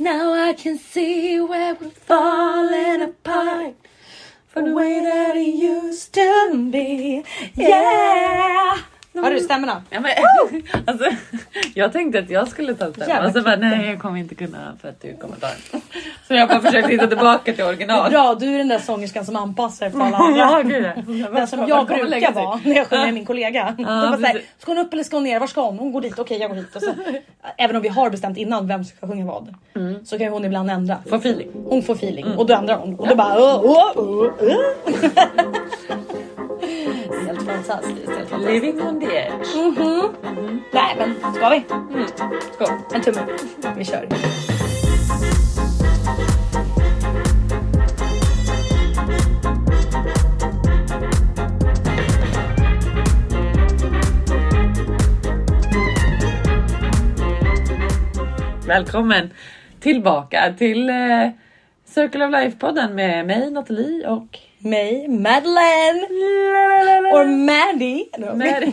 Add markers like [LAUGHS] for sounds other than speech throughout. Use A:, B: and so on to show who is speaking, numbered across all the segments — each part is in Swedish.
A: I can see where we're falling apart from the way that it used to be. Yeah!
B: Har du stämmorna?
C: Ja, men, [LAUGHS] alltså, jag tänkte att jag skulle ta upp den.
B: Jävla
C: Och så bara, nej jag kommer inte kunna för att du kommer ta den. Så jag bara försökte hitta tillbaka till original.
A: Bra, du är den där sångerskan som anpassar efter
C: [LAUGHS]
A: alla andra.
C: Ja, gud, ja.
A: Den som
C: Välkommen
A: jag
C: lägga
A: brukar
C: sig.
A: vara när jag sjunger med min kollega. Då bara så här,
C: precis.
A: ska hon upp eller ska hon ner? Var ska hon? Hon går dit, okej jag går hit. Och så, även om vi har bestämt innan vem som ska sjunga vad.
C: Mm.
A: Så kan ju hon ibland ändra.
C: Få feeling.
A: Hon får feeling och då ändrar hon. Och då bara... åh, åh, åh, åh. [LAUGHS] Helt fantastiskt. Helt fantastiskt.
C: Living on the edge.
A: Mhm. Nej men ska vi?
C: Skål.
A: En tumme. Vi kör.
C: Välkommen tillbaka till eh, Circle of Life-podden med mig Nathalie och
A: Mig, Madeleine. Or Maddie. No.
C: Mary.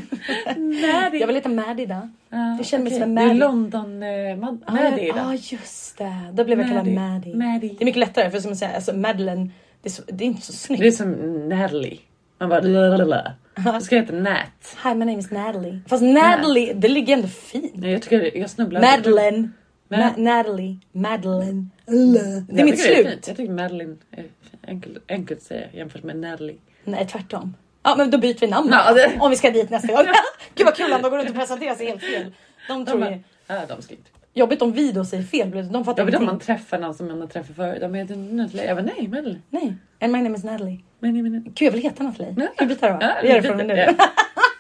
A: [LAUGHS]
C: Mary.
A: Jag vill heta Maddie då.
C: Ja,
A: jag känner mig
C: okej.
A: som en
C: Du är
A: Mary.
C: London eh, Mad-
A: Ja,
C: Mary
A: jag-
C: idag.
A: Ja ah, just det. Då blev jag kallad
C: Maddie.
A: Maddie.
C: Maddie.
A: Det är mycket lättare för som jag säger, alltså Madeleine, det är, så, det är inte så snyggt.
C: Det är som Natalie. Man bara lalalala. Jag ska heta Nat.
A: Hi my name is Natalie. Fast Natalie, det ligger ändå fint.
C: Nej, Jag tycker jag snubblar.
A: Madeleine.
C: Ma-
A: Ma- Natalie. Madeleine. Alla. Det är
C: Jag
A: mitt
C: tycker
A: slut.
C: fint. jag tycker Madeline är enkelt, enkelt att säga jämfört med Natalie.
A: Nej tvärtom. Ja men då byter vi namn
C: Ja, det-
A: om vi ska dit nästa gång. [LAUGHS] Gud vad kul om de går runt och presenterar sig helt fel. De
C: De,
A: tror
C: bara,
A: ju...
C: ja, de ska inte.
A: Jobbigt om vi då säger fel. De fattar
C: Jag vet om
A: ingenting.
C: man träffar någon som man har träffat förut. De heter Natalie. Jag bara nej Madeline.
A: Nej. And my name is Natalie.
C: Men, men, men.
A: Gud jag vill heta Natalie. Kan vi byta då?
C: Ja,
A: vi gör det från och
C: byter.
A: med nu. [LAUGHS]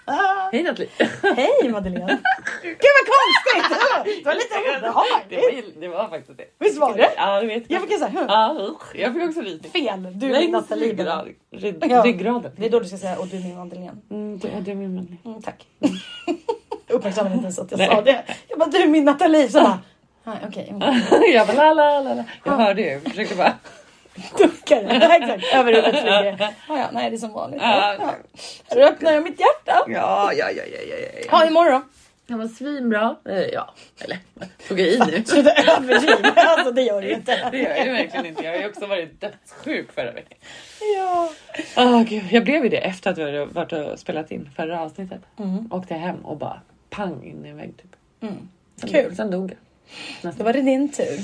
C: Ja. Hej Natalie.
A: Hej Madeleine. Gud vad
C: [LAUGHS]
A: konstigt! Det var lite
C: Det
A: obehagligt.
C: var, det var faktiskt det.
A: Visst var det?
C: Ja, du vet.
A: Jag fick ju såhär
C: Ja, usch. Jag fick också lite.
A: fel. Du är
C: Nej,
A: min Natalie.
C: ryggrad- rygg-
A: Ja.
C: Ryggraden.
A: Det är då du ska säga och du är min Madeleine.
C: Mm, det, det är min Madeline.
A: Mm, tack. [LAUGHS] Jag uppmärksammade inte ens att jag
C: Nej.
A: sa det. Jag bara du är min Nathalie. Så bara, nej okej. mm."
C: [LAUGHS]
A: hon
C: jag bara la la la la. Jag hörde ju. Jag försökte bara.
A: Duckar. Ja, [LAUGHS] exakt. Över huvudet flyger. Ja, ja, nej det är som vanligt.
C: Ja,
A: Ja. Här öppnar jag mitt hjärta.
C: [LAUGHS] Ja, ja, ja, ja, ja, ja.
A: Ja imorgon.
C: [LAUGHS] Den var svinbra. Eh, Ja, eller tog jag i [LAUGHS] nu?
A: Så det är överdrivet. Alltså det gör du ju
C: [LAUGHS] Det
A: inte.
C: gör jag ju verkligen inte. Jag har ju också varit dödssjuk förra veckan.
A: Ja.
C: Oh, Gud. Jag blev ju det efter att vi hade varit och spelat in förra avsnittet. Åkte jag hem och bara pang in i en vägg. Typ.
A: Mm.
C: Sen,
A: Kul.
C: Sen dog jag.
A: Då var det din tur.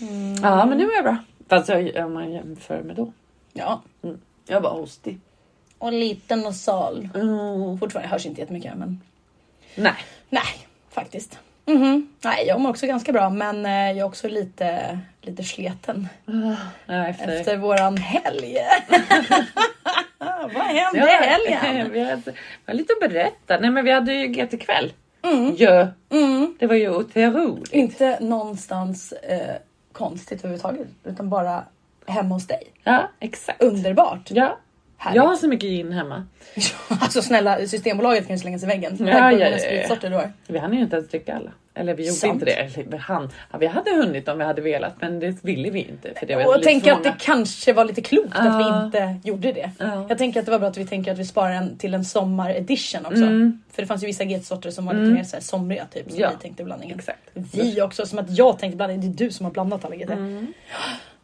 A: Mm.
C: Ja, men nu är jag bra. Fast jag, om man jämför med då.
A: Ja.
C: Jag var hostig.
A: Och liten och sal.
C: Mm.
A: Fortfarande hörs inte jättemycket men
C: Nej,
A: nej faktiskt. Mhm. Nej jag mår också ganska bra men eh, jag är också lite, lite sleten
C: Ja, efter.
A: efter våran helg. [LAUGHS] Vad hände i
C: Ja,
A: helgen?
C: [LAUGHS] vi hade, vi har lite att berätta. Nej, men vi hade ju GT-kväll. Ja,
A: Mm.
C: det var ju otroligt.
A: Inte någonstans eh, konstigt överhuvudtaget utan bara hemma hos dig.
C: Ja, exakt.
A: Underbart!
C: Ja,
A: Härligt.
C: jag har så mycket gin hemma.
A: [LAUGHS] Alltså snälla Systembolaget kan ju slänga sig i väggen.
C: Ja,
A: Tack för
C: ja,
A: många
C: ja, ja.
A: spritsorter du har.
C: Vi hann ju inte ens dricka alla. Eller vi gjorde
A: Sant.
C: inte det. Eller, vi hann. Ja, vi hade hunnit om vi hade velat men det ville vi inte. För det var
A: Och
C: lite
A: tänker
C: för
A: att det
C: många.
A: kanske var lite klokt att vi
C: Ja.
A: inte gjorde det.
C: Ja.
A: Jag tänker att det var bra att vi tänker att vi sparar en till en sommaredition också.
C: Mm.
A: För det fanns ju vissa GT-sorter som var lite
C: Mm.
A: mer så här somriga typ som
C: Ja.
A: vi tänkte blanda in.
C: Exakt.
A: Vi också, som att jag tänkte blanda in. Det är du som har blandat alla GT.
C: Mm.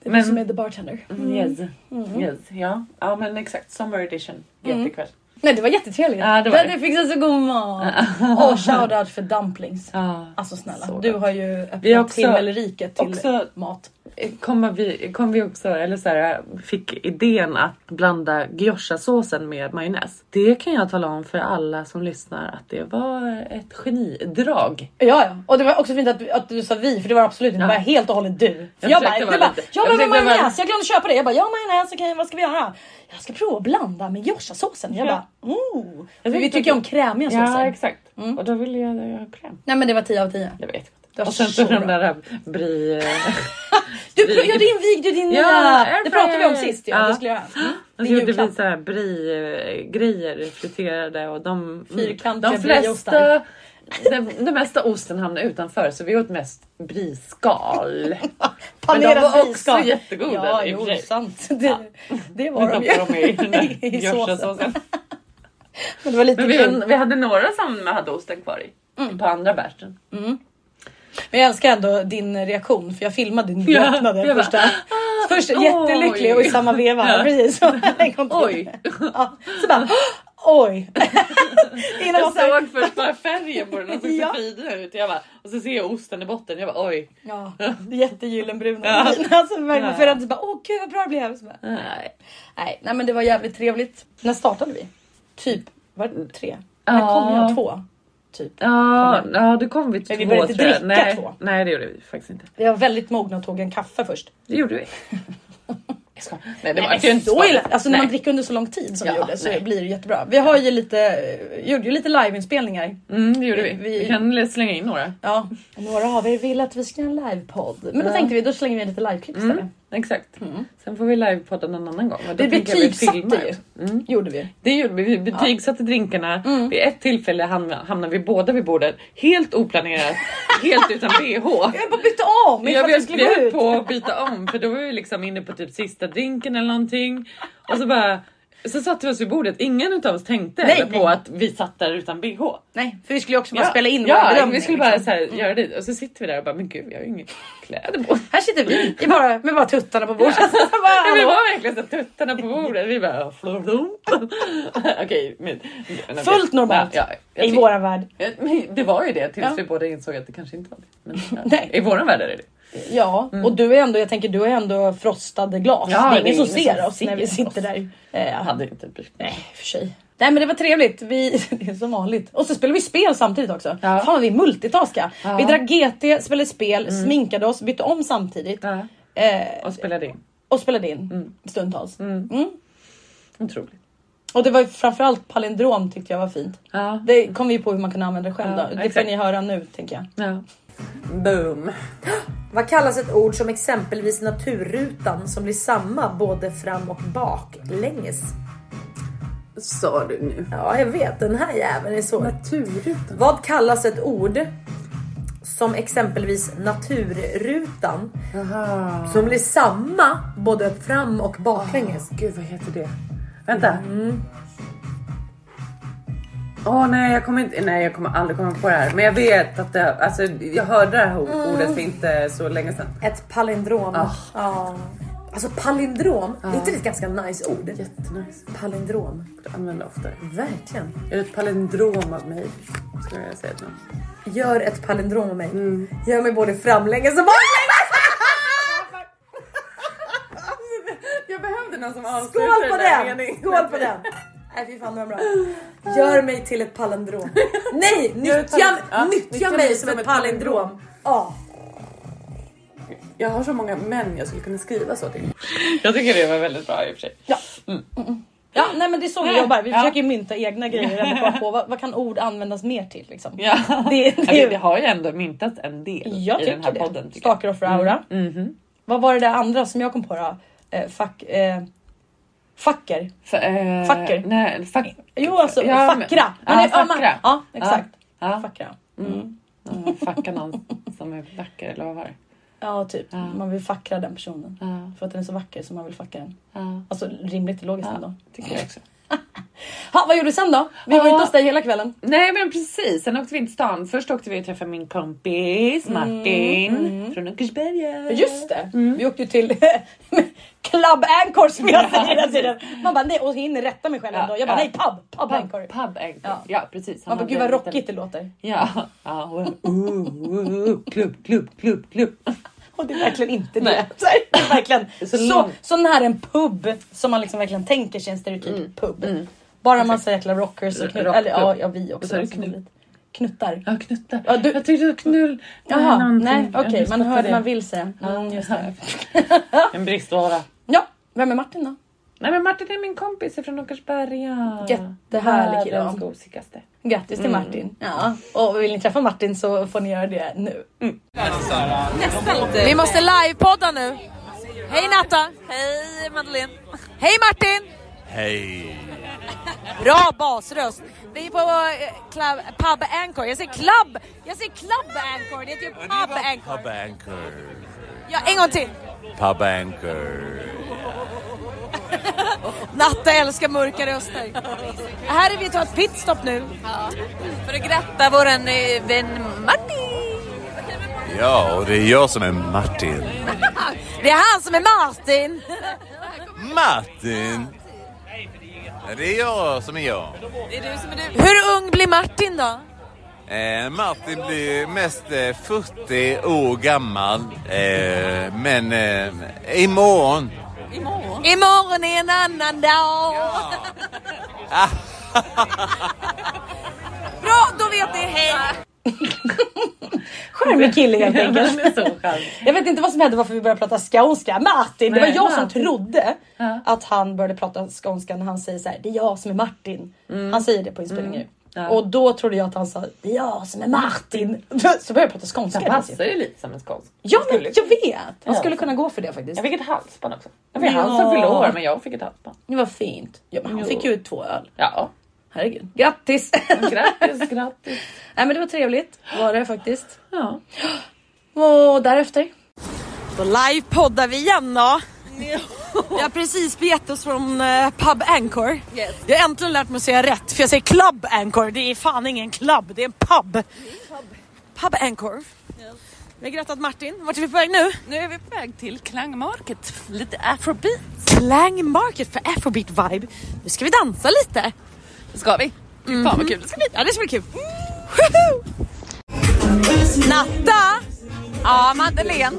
A: Det är
C: Men-
A: du som är the bartender.
C: Mm. Yes.
A: Mm.
C: Yes. Ja. ja men exakt. Summer edition.
A: Mm.
C: Jättekväll.
A: Nej det var jättetrevligt.
C: Ja, det var
A: Du
C: det.
A: hade fixat så god mat. [LAUGHS] [LAUGHS] Och shoutout för dumplings.
C: Ja.
A: Alltså snälla,
C: Så
A: du
C: gott.
A: har ju öppnat
C: Vi har också-
A: himmelriket till
C: Också
A: mat.
C: kom vi, kom vi också, eller så här, fick idén att blanda gyozasåsen med majonnäs. Det kan jag tala om för alla som lyssnar att det var ett genidrag.
A: Ja, ja. Och det var också fint att, du- att du sa vi, för det var absolut inte
C: Ja.
A: bara helt och hållet du. För
C: Jag
A: jag bara,
C: försökte
A: du
C: vara
A: bara
C: lite-
A: jag
C: jag
A: behöver
C: försökte vara
A: majonnäs, jag glömde köpa det. Jag bara, jag har majonnäs, okej vad ska vi göra? Jag ska prova att blanda med Josha-såsen. Jag
C: Ja.
A: bara, oh. För
C: Jag typ-
A: vi
C: vet
A: tycker
C: inte.
A: om krämiga såser.
C: exakt.
A: Mm.
C: Och då ville jag ha kräm.
A: Nej men det var 10 av 10.
C: Jag vet.
A: Det var
C: Och sen så
A: så
C: den
A: bra.
C: där brie...
A: Du pro- ja, det invigde ju din
C: Ja,
A: nya, det
C: airfryer.
A: pratade vi om sist ja,
C: Ja.
A: du skulle göra. Mm.
C: Och så
A: Din
C: Alltså, gjorde vi
A: julklapp.
C: så här brie-grejer friterade och de... mm,
A: Fyrkantiga
C: De flesta...
A: brieostar.
C: Den, den mesta osten hamnade utanför så vi åt mest brieskal.
A: [LAUGHS]
C: Men de
A: Panerad
C: var också
A: fiskal.
C: jättegoda
A: Ja,
C: i och
A: jo,
C: för sig.
A: sant. [LAUGHS] Det, det var de
C: Men [LAUGHS] då var med i
A: ju.
C: den där
A: [LAUGHS] I såsen.
C: Yorkshire-såsen.
A: Men det var lite
C: Men vi,
A: kul.
C: Mm. vi hade några som hade osten kvar i. På andra bärsen.
A: Mm. Men jag älskar ändå din reaktion för jag filmade när du
C: Ja,
A: öppnade
C: jag bara, "Ah,
A: första. Först
C: oj.
A: jättelycklig och i samma veva.
C: [LAUGHS] Ja.
A: Precis. Så, en gång till.
C: Oj.
A: Ja, så bara "Ah,
C: [LAUGHS]
A: oj. Innan man
C: Jag
A: så här,
C: såg först bara färgen på den, den såg
A: Alltså- [LAUGHS] Ja.
C: så finare ut. Jag bara, och så ser jag osten i botten, jag bara oj.
A: ja, jättegyllenbrun och
C: Ja.
A: fin. [LAUGHS] Alltså verkligen
C: Ja.
A: för att så bara åh gud vad bra det blev. Så bara, nej. nej, nej men det var jävligt trevligt. När startade vi? Typ var det tre? När
C: Ja.
A: kom jag? Två? Typ.
C: Ja,
A: Kom
C: ja det kom vi två
A: Men vi började inte
C: tror jag.
A: dricka
C: Nej,
A: två.
C: nej det gjorde vi faktiskt inte.
A: Jag var väldigt mogen och tog en kaffe först.
C: Det
A: [LAUGHS]
C: gjorde vi. Jag skojar. Nej det
A: Nej,
C: var ju inte
A: så
C: så.
A: illa. Alltså när
C: Nej.
A: man dricker under så lång tid som vi
C: Ja,
A: gjorde så
C: nej.
A: blir det jättebra. Vi har ju lite, eh, gjorde ju lite liveinspelningar.
C: Mm, det gjorde vi.
A: Vi-
C: Vi, kan slänga in några.
A: Ja. Några av er ville att vi ska göra en livepodd. Men då
C: Ja.
A: tänkte vi då slänger vi in lite liveklipp istället.
C: Mm, exakt. Sen får vi livepodda någon annan gång. och då
A: Vi
C: tänker jag vi
A: betygsatte
C: filmar. Mm.
A: Gjorde vi.
C: Det gjorde vi. Vi betygsatte drinkarna.
A: Mm.
C: Vid ett tillfälle hamn- hamnade vi båda vid bordet. Helt oplanerat. helt utan
A: [LAUGHS]
C: bh.
A: Jag bara bytte om men för
C: Jag
A: att vi
C: vet,
A: skulle
C: vi
A: gå
C: höll
A: ut.
C: på att byta om för då var vi liksom inne på typ sista drinken eller någonting. Och så bara så satte vi oss vid bordet. Ingen utav oss tänkte
A: Nej,
C: heller på
A: nej.
C: att vi satt där utan bh.
A: Nej för vi skulle ju också bara
C: Ja,
A: spela in våra
C: Ja,
A: bedömningar.
C: vi skulle bara
A: liksom.
C: så här, göra det. Och så sitter vi där och bara, men gud, vi har ju inga kläder på oss.
A: Här sitter
C: [LAUGHS]
A: vi i bara, med bara tuttarna på bordet. Så [LAUGHS] bara,
C: Nej, vi
A: hallå.
C: var verkligen så här, tuttarna på bordet. Vi bara, flum. [LAUGHS] Okej, men, men-
A: Fullt normalt.
C: Ja, ja, jag
A: I
C: tyck-
A: våran värld.
C: Eh, Men Det var ju det tills
A: Ja.
C: vi båda insåg att det kanske inte var det. [LAUGHS] Men, ja.
A: Nej.
C: I våran värld är det det.
A: Ja, och du är ändå, jag tänker du är ändå frostade glas.
C: Mm. Ja,
A: det är
C: det är
A: ingen som
C: ingen
A: ser
C: som
A: oss när vi
C: ser
A: sitter
C: oss.
A: där. Eh,
C: Jag hade inte brytt mig.
A: Nej, i och för sig. Nej men det var trevligt. Vi, [LAUGHS] det är som vanligt. Och så spelar vi spel samtidigt också.
C: Ja.
A: Fan vad vi multitaskar.
C: Ja. Mm.
A: Vi drack GT, spelade spel, sminkade oss, bytte om samtidigt.
C: Ja.
A: Eh,
C: Och spelade in.
A: och spelade in stundtals. Mm.
C: Otroligt.
A: Och det var ju framförallt palindrom tyckte jag var fint.
C: Ja.
A: Det kom vi på hur man kunde använda det själv
C: Mm. Ja,
A: då. Det får
C: exakt.
A: ni höra nu tänker jag.
C: ja. Boom.
B: Vad kallas ett ord som exempelvis naturrutan som blir samma både fram och bak länges?
C: Sa du nu.
B: Ja, jag vet den här jäveln är svår.
C: Naturrutan.
B: Vad kallas ett ord som exempelvis naturrutan
C: Jaha.
B: som blir samma både fram och baklänges?
C: Gud vad heter det? Vänta. Åh nej, jag kommer inte. Nej, jag kommer aldrig komma på det här, men jag vet att det alltså. Jag hörde det här o- ordet för inte så länge sedan.
B: Ett palindrom. Ja. Alltså palindrom, är inte det ett ganska nice ord?
C: Jättenice.
B: Palindrom,
C: Borde använda oftare.
B: verkligen.
C: Är det ett palindrom av mig? Skulle jag säga till någon.
B: Gör ett palindrom med mig. Gör mig både framlänges och [LAUGHS] baklänges.
C: Jag behövde någon som
B: Skål på den! Skål på den! Nej fy fan det var bra. Gör mig till ett [LAUGHS] palindrom. Nej!
C: Gör ett
B: Nyttja,
C: palin- ja,
B: nyttja mig som ett palindrom. Ja.
C: Jag har så många män jag skulle kunna skriva så till. Jag tycker det var väldigt bra i och för sig.
A: Ja, nej men det är så vi
C: Nej,
A: jobbar. Vi
C: ja.
A: försöker ju mynta egna grejer.
C: [LAUGHS]
A: eller komma på vad, vad kan ord användas mer till liksom?
C: Ja.
A: Det- det-
C: Ja, vi, vi Alltså, har ju ändå myntat en del
A: Jag
C: i
A: tycker
C: den här
A: det.
C: podden. Tycker jag. Mm.
A: Stalker och aura. Vad var det där andra som jag kom på då? Eh, fack, eh, facker.
C: F- eh,
A: Facker.
C: Nej, fack,
A: Jo alltså
C: Ja, men-
A: fackra.
C: ja,
A: Men det- ja,
C: fackra.
A: man- ja exakt.
C: ja.
A: Fackra.
C: Ja, Facka någon som är vacker eller vad var det?
A: Ja typ.
C: Ja.
A: Man vill fackra den personen.
C: Ja,
A: För att den är så vacker så man vill facka den.
C: ja,
A: Alltså rimligt och logiskt ändå.
C: ja, tycker jag också.
A: Ha, vad gjorde du sen då? Vi var
C: Ja.
A: inte hos dig hela kvällen.
C: Nej men precis, sen åkte vi in till stan. Först åkte vi och träffade min kompis Martin från Åkersberga.
A: Just det, vi åkte ju till [LAUGHS] Club Anchor som jag säger hela tiden. Man bara nej och hinner rätta mig själv
C: Ja,
A: ändå. Jag bara
C: ja.
A: nej pub, pub
C: Pub,
A: Anchor.
C: pub Anchor.
A: Ja.
C: Ja. precis. Han
A: Man bara
C: hade
A: gud vad
C: en liten-
A: rockigt det låter.
C: Ja, ja. och jag, "Oh,
A: uh,
C: oh, oh, Klubb, klubb, klubb, klubb.
A: Och det är verkligen inte det.
C: Nej.
A: Så här, det är [LAUGHS] verkligen
C: Så
A: så, så,
C: långt.
A: nära en pub som man liksom verkligen tänker sig en stereotyp pub. Bara massa jäkla rockers och knut,
C: Rockpub.
A: eller ja, ja vi
C: Och så
A: också.
C: är det
A: som är
C: knut.
A: lite- Knuttar.
C: Ja knutta.
A: Ja, du-
C: Jag tyckte det var knull.
A: Jaha,
C: någonting.
A: nej
C: Jag
A: okej man
C: missuppfattade
A: hörde
C: det.
A: man vill säga. Mm, just det.
C: [LAUGHS] En bristvara.
A: Ja, vem är Martin då?
C: Nej men Martin är min kompis från Åkersberga.
A: Jättehärlig kille.
C: Världens gosigaste.
A: Grattis till Martin. Ja. Och vill ni träffa Martin så får ni göra det nu.
D: Vi måste livepodda nu. Hej Natta! Hej Madeleine! Hej Martin!
E: Hej!
D: Bra basröst. Vi är på eh, club, Pub Anchor. Jag säger club! Jag säger Club Anchor. Det heter ju Pub Anchor.
E: Pub Anchor.
D: Ja, en gång till.
E: Pub Anchor.
D: Natta älskar mörka röster. Här är vi tar ett eh, pitstop nu. För att gratta vår vän Martin.
E: Ja, och det är jag som är Martin.
D: Det är han som är Martin!
E: Martin! Det är jag som är jag.
D: Det är du som är du. Hur ung blir Martin då?
E: Eh, Martin blir mest eh, 40 år gammal. Eh, men eh, imorgon...
D: Imorgon är en annan dag. [LAUGHS] Bra, då vet ni. Hej!
A: Charmig kille helt
C: [LAUGHS]
A: enkelt.
C: Han är så charmig.
A: Jag vet inte vad som hände varför vi började prata skånska. Martin! Det var
C: Nej,
A: jag som
C: Martin.
A: trodde att han började prata skånska när han säger så här. Det är jag som är Martin. Han säger det på inspelningen ju. Och då trodde jag att han sa det är jag som är Martin. [LAUGHS] Så började jag prata skånska.
C: [LAUGHS] Han passar ju lite som en skånsk.
A: Ja men jag vet! Han skulle
C: alltså. Ja.
A: kunna gå för det faktiskt.
C: Jag fick ett halsband också. Det var
A: Ja.
C: han som fyllde år men jag fick ett halsband.
A: Det var fint. Ja, men han
C: Jo.
A: fick ju två öl.
C: Ja,
A: Herregud. [LAUGHS] Grattis!
C: grattis, grattis.
A: Nej men det var trevligt. Var det faktiskt.
C: Ja.
A: Och därefter.
D: Då livepoddar vi igen då. Jag har precis begett oss från eh, Pub Anchor. Jag har äntligen lärt mig att säga rätt för jag säger Club Anchor. Det är fan ingen club, det är en pub. Pub Anchor. Vi har grattat Martin. Vart är vi på väg nu?
F: Nu är vi på väg till Klang Market. Lite afrobeat.
D: Clang Market för afrobeat vibe. Nu ska vi dansa lite.
F: Det ska vi. Fy Fan
A: Mhm.
F: vad kul det ska bli.
D: Ja det ska bli kul. Woho! Natta!
F: Ja, Madeleine.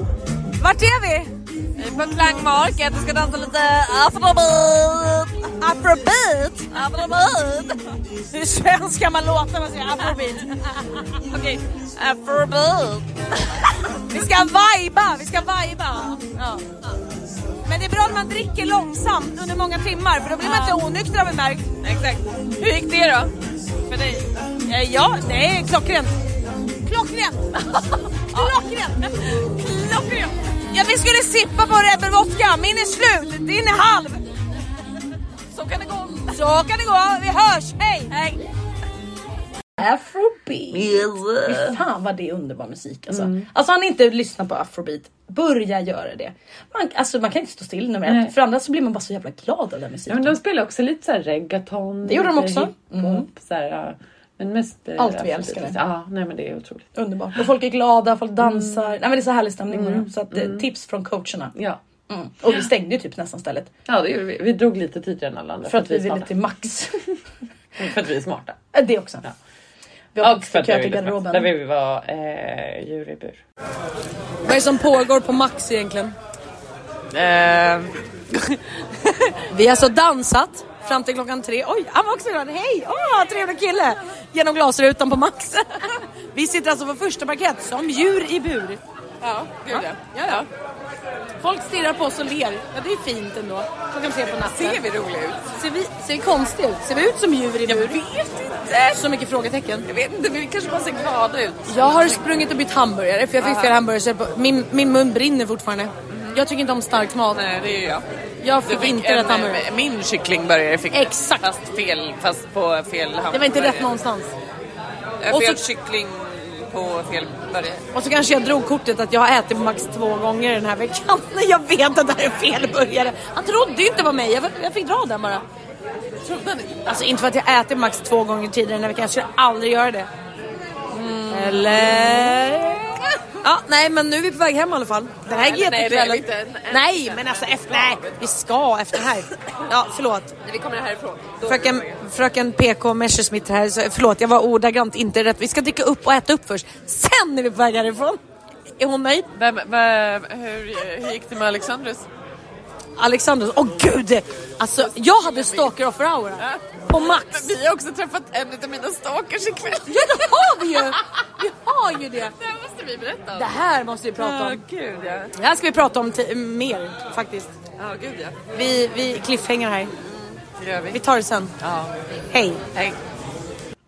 D: Vart är vi?
F: Vi är på Klang Market och ska dansa lite
D: Afrobeat! Afrobeat! Afrobeat! Hur svensk kan man låta när man säger afrobeat? [LAUGHS] Okej, afrobeat. Vi ska vajba, vi ska vajba. Ja. Men det är bra när man dricker långsamt under många timmar för då blir man inte onykter har vi märkt. Exakt. Hur gick det då? För dig? Eh, Ja, det är klockrent. Klockrent! Klockrent! Klockrent! Ja, vi skulle sippa på Rebel Vodka, min är slut, din är halv.
F: Så kan det gå.
D: Så kan det gå, vi hörs, hej! hej.
A: Afrobeat. Fy fan vad det är underbar musik alltså.
C: Mm.
A: Alltså han inte lyssnar på afrobeat. Börja göra det. Man, alltså, man kan inte stå still nummer
C: Nej.
A: ett. För andra så blir man bara så jävla glad av den
C: Ja,
A: musiken.
C: men de spelar också lite så här reggaeton.
A: Det gjorde de
C: lite
A: också. Mm.
C: hiphop, så här, ja. Men mest... eh,
A: Allt vi
C: afrobeat.
A: älskade.
C: Ja, nej men det är otroligt.
A: Underbart. Och folk är glada,
C: Mm.
A: folk dansar. Nej men det är så härlig stämning bara. Så att, eh, tips från coacherna.
C: Ja.
A: Mm. Och vi stängde ju typ nästan stället.
C: ja, det gjorde vi. Vi drog lite tidigare än alla andra.
A: För att vi
C: är
A: ville
C: smarta.
A: till Max. [LAUGHS]
C: För att vi är smarta.
A: det också.
C: Ja.
A: Vi har
C: Och
A: fått
C: för att
A: kö
C: vi
A: till
C: ville till Max,
A: garderoben.
C: där vi var eh, djur i bur.
D: Vad är det som pågår på Max egentligen? vi har alltså dansat fram till klockan tre. Oj, han var också glad. Hej! Åh, trevlig kille! Genom glasrutan på Max. [LAUGHS] vi sitter alltså på första parkett som djur i bur.
F: Ja, gud ja.
D: Ja, ja. Folk stirrar på oss och ler. Ja, det är fint ändå. Klockan tre på natten.
F: Ser vi roliga ut?
D: Ser vi, ser vi konstiga ut? Ser vi ut som djur i bur?
F: Vet inte.
D: Så mycket frågetecken.
F: Jag vet inte, men vi kanske bara ser glada ut.
D: Jag har sprungit och bytt hamburgare för jag fick fel hamburgare. så jag på- Min, min mun brinner fortfarande. Jag tycker inte om stark mat.
F: Mhm. Nej, det är jag.
D: Jag
F: Du
D: fick
F: fick
D: inte rätt
F: en,
D: hamburgare.
F: eh, min kycklingburgare fick jag.
D: Exakt.
F: Fast fel, fast på fel hamburgare.
D: Det var inte rätt någonstans.
F: Eh,
D: Och
F: Fel
D: så-
F: kyckling på fel burgare.
D: Och så kanske jag drog kortet att jag har ätit max två gånger den här veckan. [LAUGHS] Jag vet att det här är fel burgare. Han trodde ju inte på mig. Jag, jag fick dra den bara.
F: Trodde ni?
D: Alltså inte för att jag ätit max två gånger tidigare den här veckan. Jag skulle aldrig göra det. Mm. Eller? Ja, nej men nu är vi på väg hem i alla fall. Den här
F: Nej, nej, det är vi
D: GT-kvällen.
F: inte. Nej.
D: Nej, men alltså efter... Nej, vi ska efter det här. Ja, förlåt.
F: När vi kommer härifrån. då-
D: Fröken, fröken PK Messerschmitt här, så, förlåt jag var ordagrant inte rätt. Vi ska dricka upp och äta upp först. Sen är vi på väg härifrån. Är hon nöjd?
F: Vem, vem, hur, hur gick det med Alexandrus?
D: Alexander, åh gud! Alltså jag hade stalker-offer-aura. På
F: Men
D: max.
F: vi har också träffat en av mina stalkers ikväll.
D: Ja det har vi ju! Vi har ju det.
F: Det här måste vi berätta om.
D: Det här måste vi prata
F: Ja,
D: om.
F: gud ja.
D: Det här ska vi prata om ti- mer faktiskt.
F: Ja, gud ja.
D: Vi, vi cliffhanger här.
F: Det gör vi.
D: Vi tar det sen.
F: Ja.
D: Hej!
F: Hej.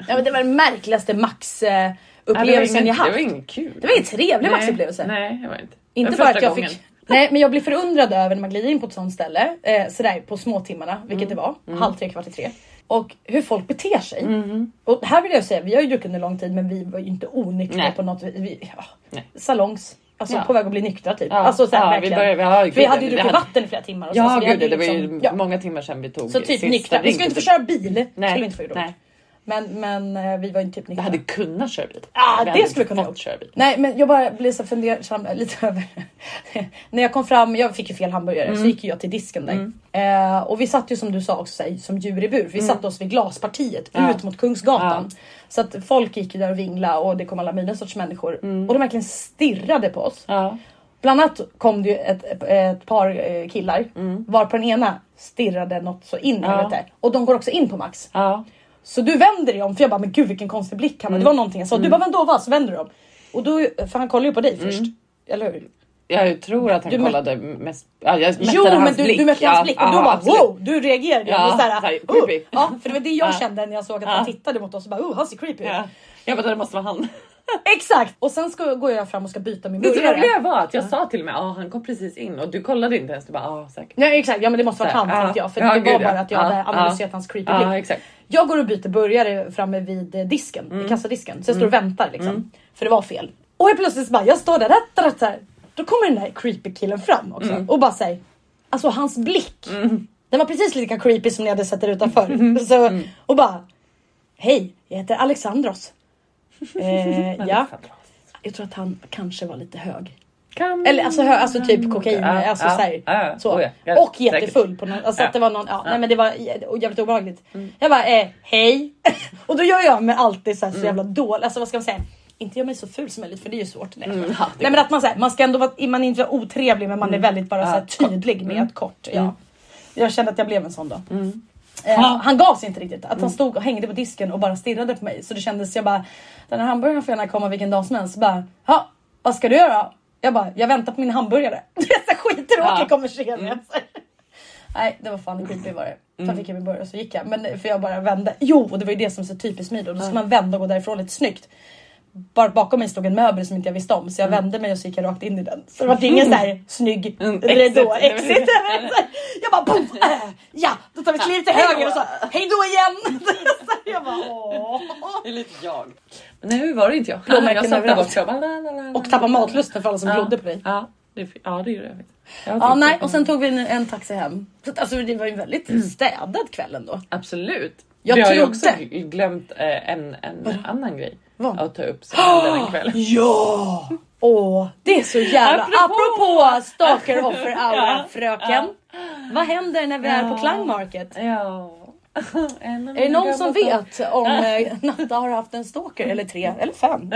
A: ja, men det var den märkligaste Max eh,
C: Ja, det var
A: upplevelsen
C: inget-
A: jag haft.
C: Det var ingen kul.
A: Det var ingen trevlig
C: Nej,
A: Max-upplevelse.
C: Nej, det var inte.
A: Inte
C: Den
A: bara
C: första
A: att jag
C: gången.
A: fick... Nej men jag blir förundrad över när man glider in på ett sånt ställe, eh, sådär på småtimmarna, vilket
C: Mm.
A: det var, halv tre, kvart i tre. Och hur folk beter sig.
C: Mm-hmm.
A: Och här vill jag säga, vi har ju druckit under lång tid men vi var ju inte onyktra
C: Nej.
A: på något vis. Vi, ja,
C: Nej.
A: salongs. Alltså
C: Ja.
A: på väg att bli nyktra typ.
C: Ja.
A: Alltså såhär
C: Ja, vi
A: verkligen.
C: började- ja, gud,
A: För vi hade ju
C: vi
A: druckit
C: hade-
A: vatten i flera timmar. Och så,
C: Ja
A: så vi hade
C: gud det var ju
A: liksom- ja.
C: många timmar sedan vi tog
A: Så typ
C: sista
A: nyktra. Vi
C: drinken.
A: skulle inte få köra bil. Nej. Skulle vi inte få
C: Nej,
A: göra.
C: nej.
A: Men, men eh, vi var ju typ 19.
C: Jag hade kunnat köra bil.
A: Ja,
C: Jag
A: det
C: hade
A: skulle vi kunna
C: fått
A: gjort.
C: köra bil.
A: Nej men jag bara blev så fundersam lite [LAUGHS] över. När jag kom fram, jag fick ju fel hamburgare så gick ju jag till disken där. Eh, och vi satt ju som du sa också så här, som djur i bur. Vi satte oss vid glaspartiet ut mot Kungsgatan. Så att folk gick ju där och vingla och det kom alla möjliga sorts människor. Och de verkligen stirrade på oss.
C: Ja.
A: Bland annat kom det ju ett, ett par eh, killar var på den ena stirrade något så in i helvete. Och de går också in på Max.
C: Ja.
A: Så du vänder dig om för jag bara men gud vilken konstig blick han har. Det
C: Mm.
A: var någonting jag sa. Du bara vänd då va? Så vänder du om. Och då, för han kollar ju på dig först.
C: Mm.
A: Eller hur?
C: Jag tror att han
A: Du mä-
C: kollade mest... Ja, jag mätte
A: Jo
C: hans
A: men du,
C: blick.
A: du mötte
C: ja,
A: hans blick och då
C: ja,
A: bara
C: absolut.
A: wow! Du reagerade.
C: Ja,
A: och såhär,
C: såhär,
A: "Oh."
C: creepy.
A: ja, för det var det jag
C: [LAUGHS] Ja.
A: kände när jag såg att
C: Ja.
A: han tittade mot oss och bara oh han ser creepy ut.
C: Ja. Jag bara, det måste
A: [LAUGHS]
C: vara han.
A: Exakt! Och sen ska, går jag fram och ska byta min
C: Det roliga
A: burgare.
C: var att jag sa till och med ah, han kom precis in och du kollade inte ens. Du bara ah, säkert.
A: Nej exakt, ja men det måste varit
C: Så här,
A: han tänkte
C: ja.
A: jag för
C: Ja,
A: det var
C: gud, ja.
A: bara att jag hade
C: Ja, ja.
A: analyserat hans creepy
C: Ja,
A: blick.
C: exakt.
A: Jag går och byter burgare framme vid eh, disken, vid kassadisken. Så jag står och väntar liksom. För det var fel. Och helt plötsligt så bara, jag står där, rätt, rätt, så här. Då kommer den där creepy killen fram också och bara säger, alltså hans blick. Den var precis lika creepy som ni hade sett där utanför. [LAUGHS] Så, Och bara, hej, jag heter Alexandros. Eh, ja, jag tror att han kanske var lite hög.
C: Kan...
A: Eller alltså, hö- alltså typ kokain,
C: Mm. Ja,
A: alltså
C: ja,
A: så, här,
C: ja,
A: så.
C: oh ja, ja,
A: Och jättefull på något, alltså
C: Ja. Mm.
A: att det var någon, ja, nej men det var jä- och jävligt obehagligt. Jag bara eh, hej [LAUGHS] och då gör jag mig alltid så, här,
C: Mm.
A: så jävla dålig, alltså vad ska man säga? Inte gör mig så ful som möjligt för det är ju svårt.
C: Mm,
A: Nej, nej men att man säger man ska ändå vara, man är inte otrevlig men man
C: Mm.
A: är väldigt bara så här, tydlig med att kort. Ja. Jag kände att jag blev en sån då. Eh, han gav sig inte riktigt. Att han stod och hängde på disken och bara stirrade på mig. Så det kändes, jag bara, den här hamburgaren får gärna komma vilken dag som helst. Så bara, ja, vad ska du göra? Jag bara, jag väntar på min hamburgare. [LAUGHS] Det är så skittråkig konversation. alltså. Nej, det var fan creepy var det. Sen fick jag min burgare och så gick jag. Men för jag bara vände. Jo, och det var ju det som är så typiskt mig då. Då ska man vända och gå därifrån lite snyggt. Bara bakom mig stod en möbel som inte jag visste om så jag vände mig och så gick jag rakt in i den. Så det var ingen så här snygg
C: Mm,
A: ridå,
C: exit.
A: exit. Jag bara boom, äh, ja då tar vi ett kliv till höger och så hej då igen. [LAUGHS] Så jag bara åh.
C: Det är lite jag. Men nej, hur var det inte jag?
A: Blåmärken
C: jag satt där
A: överallt.
C: borta och bara, la, la, la, la,
A: Och tappar
C: la, la.
A: matlusten för alla som glodde på dig.
C: Ja, det, ja, det gjorde jag faktiskt. Jag typ
A: Ja
C: tänkte-
A: nej och sen tog vi en, en taxi hem. Så att, alltså det var ju en väldigt städad kväll ändå.
C: Absolut.
A: Jag
C: vi har ju
A: trodde-
C: också glömt eh, en, en annan grej
A: Vad?
C: att ta upp som hände
A: [GASPS]
C: den kvällen.
A: Ja! Åh, det är så jävla... Apropå,
C: Apropå-
A: stalker offer
C: [LAUGHS]
A: aura fröken. Vad händer när vi är på Klang Market?
C: [LAUGHS] Ja. En av
A: Är det
C: mina
A: någon som
C: gamla-
A: vet om eh, Natta har haft en stalker? Eller tre, eller fem?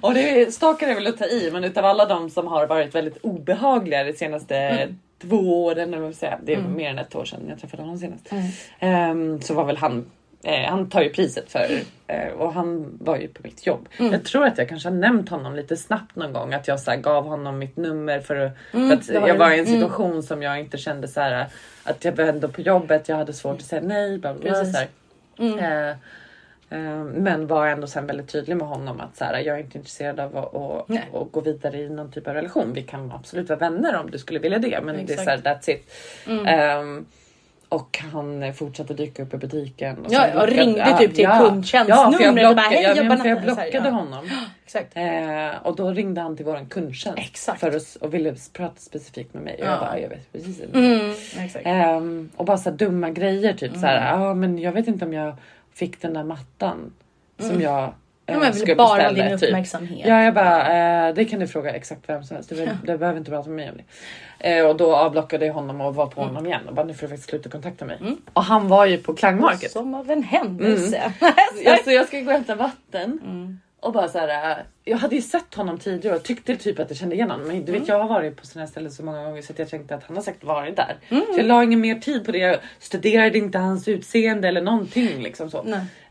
C: Och det är, stalker är väl att ta i, men utav alla de som har varit väldigt obehagliga de senaste
A: Mm.
C: två åren, eller vad man ska säga, det är mer än ett år sedan jag träffade honom senast,
A: Mm.
C: ehm, så var väl han Eh, han tar ju priset för eh, och han var ju på mitt jobb.
A: Mm.
C: Jag tror att jag kanske har nämnt honom lite snabbt någon gång att jag så här, gav honom mitt nummer för, att- för
A: Mm,
C: att
A: det var
C: jag
A: det.
C: var i en situation som jag inte kände så här att jag var ändå på jobbet. Jag hade svårt att säga nej. Bla bla, bla,
A: Precis.
C: så här.
A: Mm.
C: Eh, Eh, Men var ändå sen väldigt tydlig med honom att så här, jag är inte intresserad av att,
A: Nej.
C: att, att gå vidare i någon typ av relation. Vi kan absolut vara vänner om du skulle vilja det men det är så här,
A: Exakt. Mm.
C: that's it. Ehm, och han eh, fortsatte dyka upp i butiken.
A: Ja,
C: sen
A: och ringde typ till
C: Ja, för
A: kundtjänstnumret
C: jag
A: och bara,
C: blockade,
A: "Hej,
C: ja,
A: jag
C: men
A: bara
C: för jag
A: nattade", så här,
C: blockade
A: ja.
C: honom.
A: Exakt.
C: Eh, och då ringde han till våran kundtjänst
A: Exakt.
C: För oss, och ville prata specifikt med mig. Och jag
A: Ja.
C: bara, jag vet precis. vem det är."
A: Mm, exakt.
C: Ehm, och bara så här dumma grejer. Typ så här,
A: Mm.
C: ja men jag vet inte om jag fick den där mattan som jag eh,
A: Mm. Ja, men
C: skulle
A: vill bara
C: beställa.
A: din
C: typ.
A: uppmärksamhet.
C: Ja jag bara, eh, det kan du fråga exakt vem som helst. Du, be- du behöver inte prata med mig om det. Eh, och då avblockade jag honom och var på
A: Mm.
C: honom igen och bara, nu får du faktiskt sluta kontakta mig. Och han var ju på Klang Market.
A: Som av en händelse. [LAUGHS]
C: Alltså jag ska gå och hämta vatten. Och bara så här, äh, jag hade ju sett honom tidigare och tyckte typ att jag kände igen honom. Men du vet jag har varit på sådana här ställen så många gånger så att jag tänkte att han har säkert varit där. Så jag la ingen mer tid på det. Jag studerade inte hans utseende eller någonting liksom så.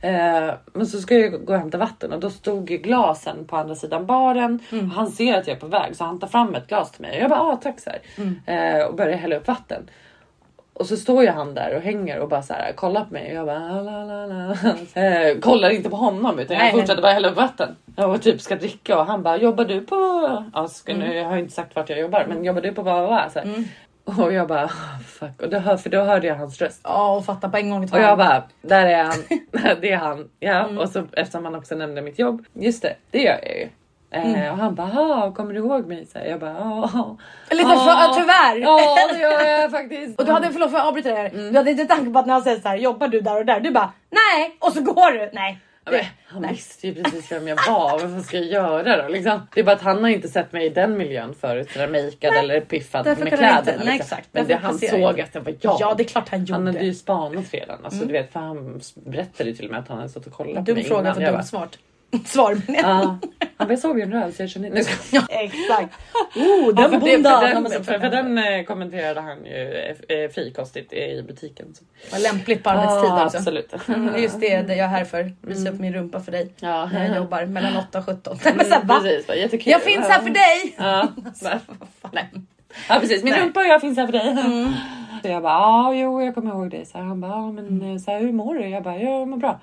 C: Eh, men så ska jag gå och hämta vatten och då stod ju glasen på andra sidan baren. Och han ser att jag är på väg så han tar fram ett glas till mig och jag bara ah, tack så här. Eh, och börjar hälla upp vatten. Och så står ju han där och hänger och bara så här kollar på mig och jag bara la, la, la, la. Eh, kollar inte på honom utan jag
A: Nej, nej.
C: fortsätter bara hälla upp vatten och typ ska dricka och han bara jobbar du på? Ja, ska, nu,
A: Mm.
C: jag har ju inte sagt vart jag jobbar men jobbar du på vad? vad? Så här. Och jag bara "Ah, fuck och då, hör, för då hörde jag hans röst.
A: Ja Mm. och fatta på en gång. att
C: Och
A: han-
C: jag bara,
A: [LAUGHS]
C: där [LAUGHS] är han, det är han. Ja, och så eftersom han också nämnde mitt jobb. Just det, det gör jag ju.
A: Mm.
C: Eh, och han bara, "Ha, kommer du ihåg mig? Så här, jag bara,
A: [LAUGHS]
C: ja.
A: Lite
C: Ja.
A: för- typ tyvärr.
C: Ja, Mm. det gör jag
A: [LAUGHS]
C: faktiskt.
A: Och du hade, förlåt för jag avbryter det här. Du hade inte tanke på att när han säger så här, jobbar du där och där? Du bara nej och så går du. Nej.
C: Men
A: Det,
C: Han visste ju precis vem jag var. Vad fan ska jag göra då? Liksom. Det är bara att han har inte sett mig i den miljön förut. Sådär makead eller piffad
A: därför
C: med
A: kunde han inte-
C: kläderna.
A: nej, exakt.
C: Men det,
A: Därför
C: han
A: placerar jag
C: såg
A: inte.
C: att det var jag.
A: Ja, det är klart han
C: Han
A: gjorde. Mm.
C: hade ju spanat redan. Alltså, du vet, för han berättade ju till och med att han hade suttit och kollat på
A: Dum
C: mig
A: fråga
C: innan.
A: för
C: Jag
A: dumt
C: bara,
A: svar. [LAUGHS] Svar men jag.
C: Ja. Han bara, jag såg ju en röv så jag kände... Nej, jag skojar.
A: [LAUGHS] Exakt. Oh, den bondan.
C: för, det, för den,
A: Han var så-
C: för, för den eh, kommenterade han ju eh, eh, frikostigt i butiken. Så.
A: Vad lämpligt på arbetstid
C: Ja,
A: också.
C: absolut. Mm.
A: Mm, Just det, det jag är här för. Visa upp min rumpa för dig.
C: Ja. Mm,
A: När jag jobbar mellan 8 och 17. Nej, [LAUGHS] men så här, va?
C: [LAUGHS] Precis, bara, jättekul.
A: Jag finns här för dig! [LAUGHS]
C: Ja, nej. nej. ja precis, min rumpa och jag finns här för dig.
A: Mm.
C: [LAUGHS] Så jag bara, ja jo jag kommer ihåg dig. Så här, han bara, ja men
A: Mm.
C: eh, så här, hur mår du? Jag bara, jag mår bra.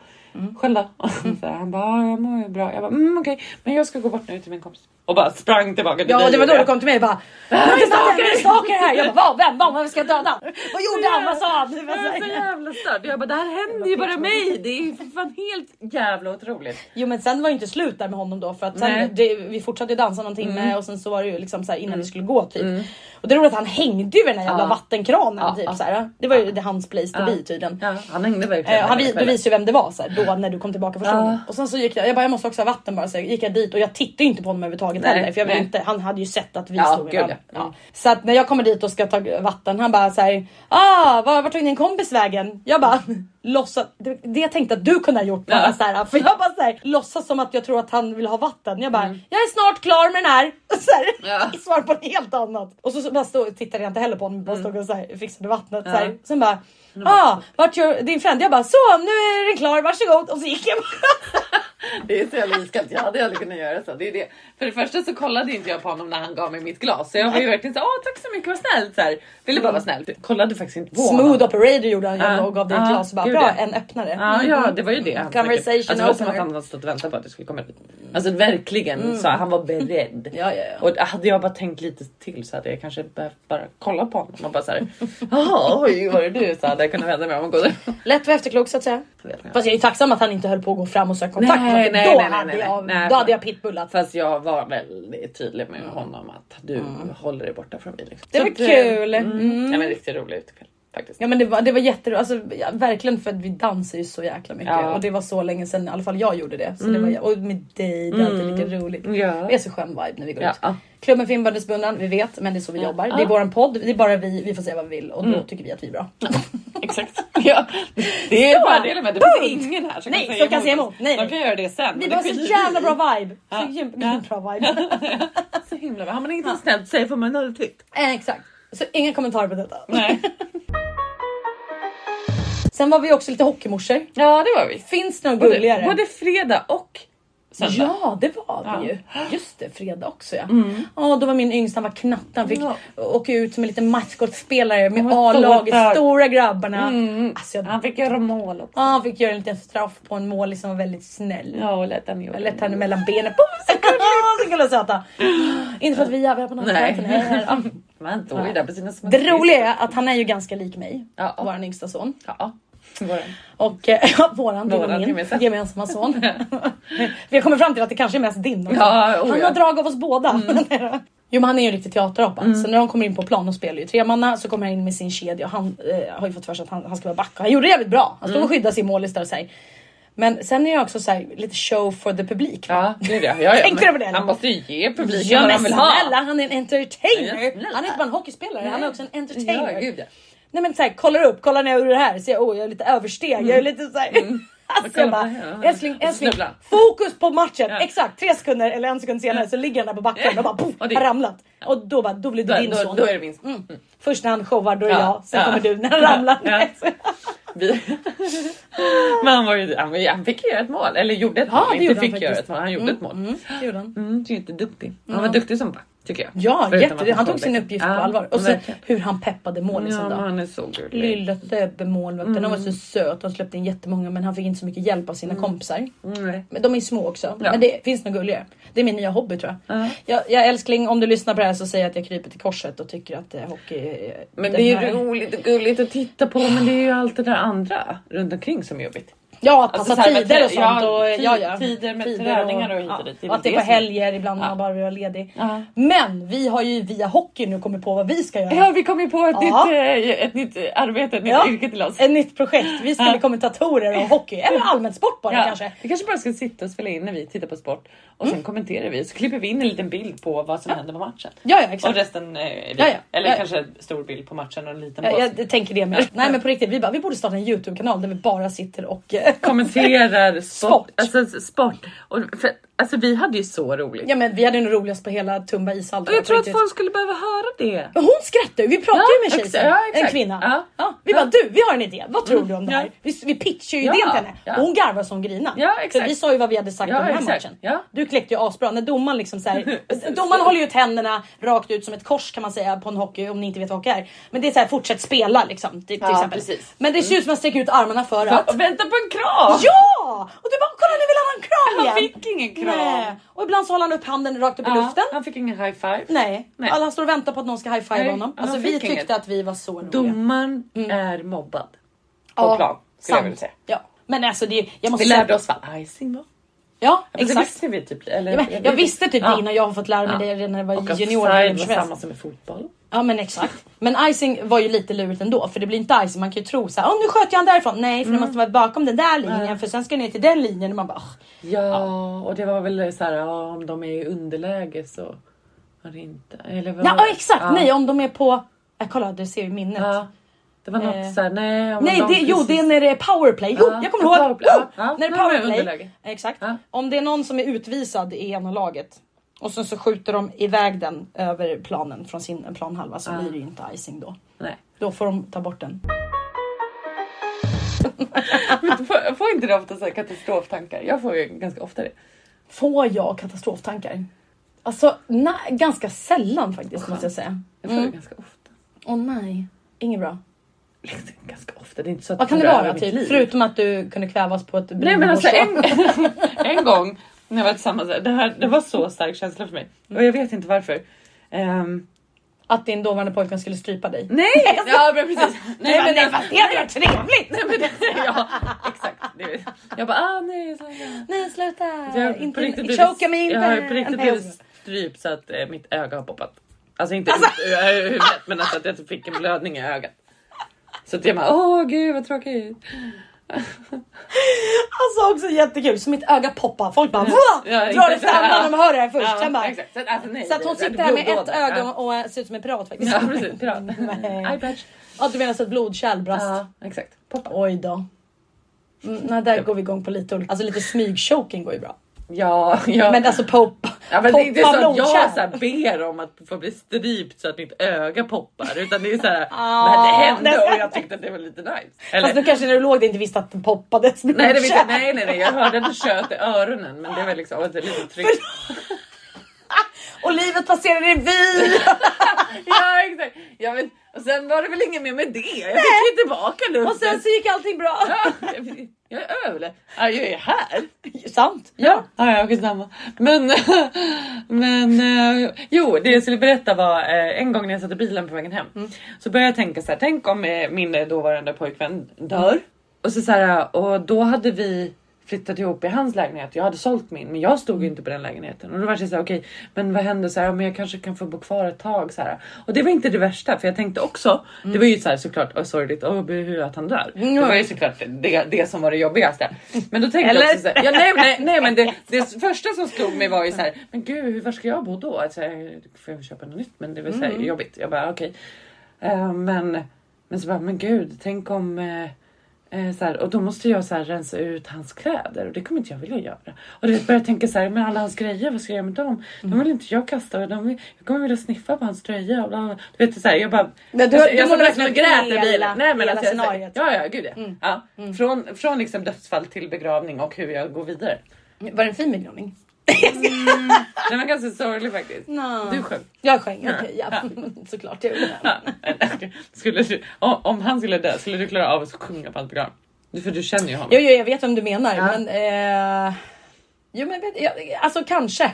C: Själv då? [LAUGHS]
A: Mm.
C: Så här, han bara, ja jag mår bra. Jag bara, mm, okej men jag ska gå bort nu till min kompis. Och bara sprang tillbaka till
A: Ja
C: dig.
A: det var då
C: Julia.
A: du kom till mig och bara Nu är det stalker, nu är det stalker här! Jag bara vad, vem, vad, vem ska jag
C: [LAUGHS]
A: döda? Vad gjorde han, vad sa han? Det var
C: Jag
A: så
C: är så
A: här.
C: jävla störd. Jag bara, det här händer ju bara mig. Det är ju för fan helt jävla otroligt.
A: Jo men sen var ju inte slut där med honom då för att
C: Nej. Mm.
A: sen, det, vi fortsatte ju dansa någon timme och sen så var det ju liksom så här innan vi skulle gå typ. Och det är roligt att han hängde ju vid den här jävla
C: Ja.
A: vattenkranen
C: Ja,
A: typ
C: ja.
A: så här. Det var ju det hans place to
C: Ja.
A: be tydligen.
C: Ja, han hängde verkligen.
A: Eh, och han, vi- du
C: hela
A: visade ju vem det var så här, då när du kom tillbaka första
C: Ja.
A: gången. Och sen så gick jag, jag bara jag måste också ha vatten bara så jag gick jag dit och jag tittade ju inte på honom överhuvudtaget
C: Nej,
A: heller för jag ville
C: nej.
A: inte, han hade ju sett att vi
C: Ja,
A: stod
C: gud,
A: varandra.
C: ja. Mm.
A: Så att när jag kommer dit och ska ta vatten han bara såhär, ah var, var tog din kompis vägen? Jag bara [LAUGHS] låtsas, det, det jag tänkte att du kunde ha gjort bara,
C: Ja.
A: så här, för jag bara såhär låtsas som att jag tror att han vill ha vatten. Jag bara, jag är snart klar med den här. [LAUGHS] Så här
C: Mm. Ja.
A: i [LAUGHS] svar på något helt annat. Och så, så bara stod, tittade jag inte heller på honom,
C: Mm.
A: bara stod och så här, fixade vattnet. Så här. Sen bara, ah, vart your, din friend? Jag bara, så nu är den klar, varsågod. Och så gick jag
C: [LAUGHS]
A: bara.
C: Det är så jävla iskallt. Jag hade aldrig kunnat göra så. Det är det. För det första så kollade inte jag på honom när han gav mig mitt glas. Så jag var ju verkligen så här, åh tack så mycket, vad snällt. Så här. Ville bara vara snäll. Kollade faktiskt inte på honom.
A: Smooth operator gjorde han
C: Ja.
A: ju och gav dig ett
C: Ja,
A: glas och bara,
C: gud,
A: bra
C: ja.
A: en öppnare. Mm.
C: Ja, ja, det var ju det. han
A: Conversation
C: snackade. alltså, det var som att
A: opener.
C: han hade stått och väntat på att det skulle komma dit. Alltså verkligen
A: Mm.
C: så han var beredd.
A: Ja, ja, ja.
C: Och hade jag bara tänkt lite till så hade jag kanske behövt bara kolla på honom och bara såhär. Jaha, oj var det du? Så hade jag kunnat vända mig om och gå. [LAUGHS]
A: Lätt att vara efterklok så att säga. Fast jag är ju tacksam att han inte höll på att gå fram och söka kontakt.
C: Nej,
A: för
C: nej,
A: då,
C: nej, nej,
A: hade
C: nej,
A: jag,
C: nej,
A: då
C: för-
A: hade jag pitbullat. Mm.
C: Fast jag var väldigt tydlig med honom att du håller dig borta från mig. Liksom.
A: Det
C: Så
A: var
C: att,
A: kul.
C: eh,
A: Mm.
C: Ja, men riktigt roligt kväll faktiskt.
A: Ja men det var, det var jätteroligt, alltså, ja, verkligen för att vi dansar ju så jäkla mycket
C: Ja. Mm.
A: och det var så länge sedan i alla fall jag gjorde det. Så det var, och med dig, det är alltid lika roligt.
C: Ja.
A: Vi är så skön vibe när vi går
C: Ja.
A: ut. Klubben för inbördesbundna, vi vet men det är så vi jobbar. Det är våran podd, det är bara vi, vi får säga vad vi vill och
C: Mm.
A: då tycker vi att vi är bra.
C: Exakt. [LAUGHS] Ja. Det är fördelen med det. Det finns ingen här som
A: Nej, som
C: kan säga
A: kan säga
C: emot.
A: emot. Nej,
C: De
A: nej.
C: kan göra det sen.
A: [LAUGHS] Vi
C: men
A: har
C: det
A: så
C: skiter
A: jävla
C: vi
A: bra vibe. Så jävla bra vibe. [LAUGHS]
C: i. Så himla bra. Har man inget ja. snällt säger får man nolltryck.
A: Eh, Exakt. Så inga kommentarer på detta.
C: Nej.
A: Sen var vi också lite hockeymorsor.
C: [LAUGHS] Ja det var vi.
A: Finns det något
C: Både,
A: gulligare?
C: både fredag och söndag.
A: Ja det var det ju. Just det, fredag också ja. Ja då var min yngsta, han var knatt. Han fick
C: Mm. Ja.
A: åka ut som en liten matchkortspelare med
C: Han var så
A: A-laget,
C: stark.
A: stora grabbarna. Alltså, jag,
C: Mm. Han fick göra mål också.
A: ja, han fick göra en liten straff på en målis som var väldigt snäll.
C: Ja och lät han göra
A: Jag lät henne mellan benen. Boom, så gullig, så gullig och söta. Inte för att vi är jävliga på något
C: Nej.
A: sätt.
C: [LAUGHS]
A: nej. Ja.
C: Man tog ju där på sina små
A: Det roliga är att han är ju ganska lik mig,
C: Ja.
A: vår yngsta son.
C: Ja. Våran.
A: Och eh, [LAUGHS] våran, din
C: Våran
A: och min
C: gemensamma.
A: gemensamma
C: [LAUGHS]
A: son. Vi har kommit fram till att det kanske är mest din. också.
C: Ja, Mm. oh
A: han
C: ja.
A: har drag av oss båda. [LAUGHS] jo men han är ju en riktig teaterapa.
C: Mm.
A: Så när de kommer in på plan och spelar ju tremanna så kommer han in med sin kedja och han eh, har ju fått för sig att han, han ska vara back. Och han gjorde det jävligt bra. Han stod
C: Mm.
A: och skyddade sin målis där och så här. Men sen är jag också så här, lite show for the publik. va?
C: Ja det är det. Ja, ja.
A: [LAUGHS] Tänkte
C: men
A: du på det?
C: Han måste ju ge publiken
A: Ja
C: vad
A: men
C: han vill
A: snälla
C: ha.
A: han är en entertainer.
C: Ja, snälla.
A: han är inte bara en hockeyspelare han är också en entertainer.
C: Ja gud ja.
A: Nej men såhär, kollar upp, kollar ner ur det här, ser jag, oh, jag är lite översteg, jag
C: Mm.
A: är lite såhär. [LAUGHS] Alltså jag
C: kollar
A: bara,
C: på det här, ja.
A: älskling,
C: Och så
A: älskling,
C: snubblar han.
A: fokus på matchen!
C: Ja.
A: Exakt, tre sekunder eller en sekund senare så ligger han där på backen och bara poff,
C: Och det-
A: har ramlat. Och då, bara, då blir det
C: Då-
A: din
C: då-
A: son.
C: då är det min son.
A: Mm. Först när han showar då är det
C: Ja.
A: jag, sen
C: Ja.
A: kommer du när han ramlar.
C: [LAUGHS] Ja.
A: Ja.
C: Vi... [LAUGHS] Men han, var ju, han, var ju- han fick göra ett mål, eller gjorde ett
A: Ja,
C: mål.
A: det
C: Inte
A: gjorde han
C: fick
A: faktiskt.
C: göra ett mål, han gjorde ett mål. Mm.
A: Det gjorde han.
C: så jätteduktig. Han var duktig som back tycker jag.
A: Ja,
C: Förutom att
A: jätte, han tog
C: såg
A: sin
C: bäst.
A: uppgift
C: Ja,
A: på allvar. Och sen
C: verkligen.
A: hur han peppade målisen
C: Ja, Mm. men
A: då.
C: han är så gullig.
A: Lilla Sebbe-målvakten, han var så söt. Han släppte in jättemånga men han fick inte så mycket hjälp av
C: Mm.
A: sina kompisar.
C: Nej.
A: Men de är små också.
C: Ja.
A: Men det finns något gulligare. Det är min nya hobby tror jag.
C: Ja.
A: jag, jag älskling, om du lyssnar på det här så säger jag att jag kryper till korset och tycker att eh, hockey är...
C: Men
A: den
C: det är
A: här-
C: ju roligt och gulligt att titta på men det är ju allt det där andra runt omkring som är jobbigt.
A: Ja, att passa
C: Alltså, så här med
A: tider och
C: trä-
A: sånt. och,
C: ja, ti-
A: ja, ja.
C: tider med träningar och hit och dit. Det är
A: och att det är på
C: väl det som-
A: helger ibland när man bara vill vara ledig.
C: Ja.
A: Men vi har ju via hockey nu kommit på vad vi ska göra.
C: Ja, vi kom ju på ett,
A: Ja.
C: nytt, eh, ett nytt eh, arbete, ett nytt
A: Ja.
C: yrke till oss.
A: Ett nytt projekt. Vi ska bli kommentatorer av hockey. Eller allmänt sport bara
C: Ja.
A: kanske.
C: Vi kanske bara ska sitta och spela in när vi tittar på sport och sen kommenterar vi så klipper vi in en liten bild på vad som händer på matchen.
A: Ja, ja exakt.
C: Och resten eh, är vi.
A: Ja, ja.
C: Eller
A: Ja, ja.
C: kanske en stor bild på matchen och en liten på
A: Jag,
C: oss.
A: jag tänker det med. Nej men på riktigt, vi, bara, vi borde starta en YouTube-kanal där vi bara sitter och... eh,
C: [LAUGHS] kommenterar sport.
A: Sport.
C: Alltså, sport. Och för, alltså vi hade ju så roligt.
A: Ja men vi hade ju nog roligast på hela Tumba ishall.
C: och jag tror
A: på
C: att
A: riktigt.
C: folk skulle behöva höra det.
A: Men Hon skrattade ju, vi pratade
C: Ja,
A: ju med
C: exa-
A: tjejen,
C: ja, exakt.
A: en kvinna.
C: Ja. Mm.
A: Ja. vi bara du, vi har en idé, vad tror du om det här?
C: ja.
A: Vi, vi pitchar ju
C: Ja,
A: idén till henne
C: ja.
A: och hon garvade som grina.
C: Ja,
A: För
C: exakt.
A: vi sa ju vad vi hade sagt
C: Ja,
A: om den här
C: exakt.
A: matchen.
C: Ja.
A: Du kläckte ju asbra när domaren liksom så
C: [LAUGHS]
A: här, domaren håller ju ut händerna rakt ut som ett kors kan man säga på en hockey om ni inte vet vad hockey är. Men det är så här fortsätt spela liksom till, till exempel.
C: precis.
A: Men det ser ut som att man sträcker ut armarna för att
C: Och vänta på en kram!
A: Ja! Och du bara kolla nu vill han ha en kram
C: Han
A: igen.
C: fick ingen kram.
A: Nej. Och ibland så håller han upp handen rakt upp i
C: Ja,
A: luften.
C: Han fick ingen high five.
A: Nej.
C: Nej.
A: Alla står och väntar på att någon ska high-five
C: Nej,
A: honom.
C: han
A: Alltså,
C: fick
A: vi tyckte
C: inget.
A: att vi var så roliga.
C: Domaren är mobbad. På
A: Ja,
C: plan skulle jag vilja säga.
A: Ja. Men alltså det, jag måste
C: Vi lärde oss vad icing var.
A: Ja
C: Exakt. Det
A: exakt.
C: visste vi typ. Eller,
A: Ja, men jag visste typ
C: Ja.
A: det innan jag har fått lära mig
C: Ja.
A: det redan när jag var
C: Och att
A: junior.
C: offside
A: eller vad
C: var
A: som
C: samma
A: helst.
C: som i fotboll.
A: Ja men exakt. Men icing var ju lite lurigt ändå för det blir inte icing. Man kan ju tro såhär, åh nu sköt jag han därifrån. Nej för
C: Mm.
A: det måste vara bakom den där linjen för sen ska jag ner till den linjen och man bara, "Ugh."
C: Ja, och det var väl så här ja, om de är i underläge så var det inte. Eller vad
A: ja
C: var
A: ja,
C: det?
A: exakt.
C: Ja.
A: Nej om de är på, ja, kolla du ser ju minnet.
C: Ja. Det var något
A: Eh.
C: så här, nej. om
A: Nej,
C: de
A: det, jo det är
C: precis-
A: när det är powerplay. Jo,
C: Ja,
A: jag kommer ihåg!
C: powerplay.
A: Wow!
C: Ja, ja.
A: När det är
C: Ja, men
A: powerplay.
C: underläge.
A: Exakt.
C: Ja.
A: Om det är någon som är utvisad i ena laget och sen så skjuter de iväg den över planen från sin planhalva så blir det ju inte icing då.
C: Nej.
A: Då får de ta bort den.
C: Men får, får inte du ofta så här katastroftankar? Jag får ju ganska ofta det.
A: Får jag katastroftankar? Alltså nej, ganska sällan faktiskt måste jag säga.
C: Jag får det ganska ofta. [LAUGHS]
A: Åh nej, inget bra.
C: Liksom, ganska ofta. Det är inte så att
A: Vad kan
C: det
A: det
C: rör
A: vara?
C: mitt liv.
A: Typ? Förutom att du kunde kvävas på ett
C: Nej men alltså
A: borste.
C: en, [LAUGHS] en gång när jag var tillsammans, det, här, det var så stark känsla för mig och jag vet inte varför. Ehm,
A: Att din dåvarande pojkvän skulle strypa dig.
C: nej! [LAUGHS] Ja men precis. Nej men alltså- nej,
A: fast det hade varit trevligt!
C: nej, men det- [LAUGHS] ja exakt. Det, jag bara ah nej. Så, här.
A: Nej sluta!
C: jag,
A: inte,
C: på riktigt
A: inte,
C: blev
A: choka
C: det-
A: mig inte!
C: Jag har på riktigt
A: Nej, jag
C: blivit
A: skojar.
C: strypt så att eh, mitt öga har poppat. Alltså inte ut ur ur huvudet men alltså att jag fick en blödning i ögat. Så att jag bara åh gud vad tråkigt.
A: Alltså också jättekul, så mitt öga poppar. Folk bara va?
C: Ja,
A: Drar
C: inte-
A: efter när de hör det här först.
C: Ja,
A: Sen bara,
C: exakt. Så att, alltså, nej,
A: Så att hon
C: det- det-
A: sitter här med ett
C: blodåder. Ja.
A: öga och och ser ut som en pirat faktiskt.
C: Ja precis, pirat.
A: [LAUGHS] Nej.
C: Eye patch.
A: Ja, du menar så att blodkärl brast?
C: Ja exakt. Poppa.
A: Oj då. Mm, nej, där går vi igång på lite olika. Alltså lite smygchoking går ju bra.
C: Ja, ja.
A: Men alltså pop,
C: ja, men det är inte
A: poppa
C: så att
A: blodkärl.
C: jag så här ber om att få bli strypt så att mitt öga poppar utan det är så här,
A: Ah,
C: men det hände
A: det-
C: och jag tyckte att det var lite nice. Eller,
A: Fast du kanske när du låg där inte visste att den poppade
C: nej, det vet jag,
A: blodkärl.
C: nej, nej, nej, jag hörde att det tjöt i öronen men det var liksom att det är lite tryck.
A: Och livet passerade i
C: [LAUGHS]
A: vy!
C: [LAUGHS] Ja exakt. Jag vet, och sen var det väl inget mer med det. Jag fick ju tillbaka luften.
A: Och sen så gick allting bra.
C: Ja, jag- jag är överlevd. Ja, jag är här.
A: Sant.
C: Ja, ja, ja skitsamma. Men, [LAUGHS] men eh, jo, det jag skulle berätta var eh, en gång när jag satt i bilen på vägen hem så började jag tänka så här. Tänk om eh, min dåvarande pojkvän dör och så, så här, och då hade vi flyttat ihop i hans lägenhet. Jag hade sålt min, men jag stod ju inte på den lägenheten och då var det så här. Okej, men vad händer så här? ja, Men jag kanske kan få bo kvar ett tag så här. Och det var inte det värsta, för jag tänkte också. Det var ju så här såklart oh, sorgligt oh, buhu, att han dör. Det var ju såklart det, det som var det jobbigaste. Men då tänkte jag också så här, ja, nej, nej, nej, men det, det första som slog mig var ju så här. Men gud, hur- var ska jag bo då? Alltså, jag- får jag köpa något nytt? Men det var så här jobbigt. Jag bara okej, Eh, men men så bara, men gud, tänk om eh, Eh, så här, och då måste jag så här, rensa ut hans kläder och det kommer inte jag vilja göra. Och du vet, börjar tänka så här, men alla hans grejer, vad ska jag göra med dem?
A: Mm.
C: De vill inte jag kasta och de vill, jag kommer vilja sniffa på hans tröja. Och bla, bla. bla. Du vet, så här, jag bara...
A: Men du-
C: jag,
A: du
C: jag
A: målar
C: nästan
A: upp
C: grät i
A: hela-
C: bilen. Nej, men
A: hela Mm.
C: alltså, jag, så här-
A: scenariet.
C: Ja, ja, gud ja. ja. Från, från liksom dödsfall till begravning och hur jag går vidare.
A: Var det en fin begravning?
C: Den var ganska sorglig faktiskt. Du sjöng.
A: Jag sjöng, okej ja. [LAUGHS] Såklart jag gjorde.
C: Ja, [LAUGHS] skulle du, om- om han skulle dö, skulle du klara av att sjunga på hans begravning? Du- För du känner ju honom.
A: Jo, jo jag vet vem du menar men... Eh, jo men vet, jag, alltså kanske.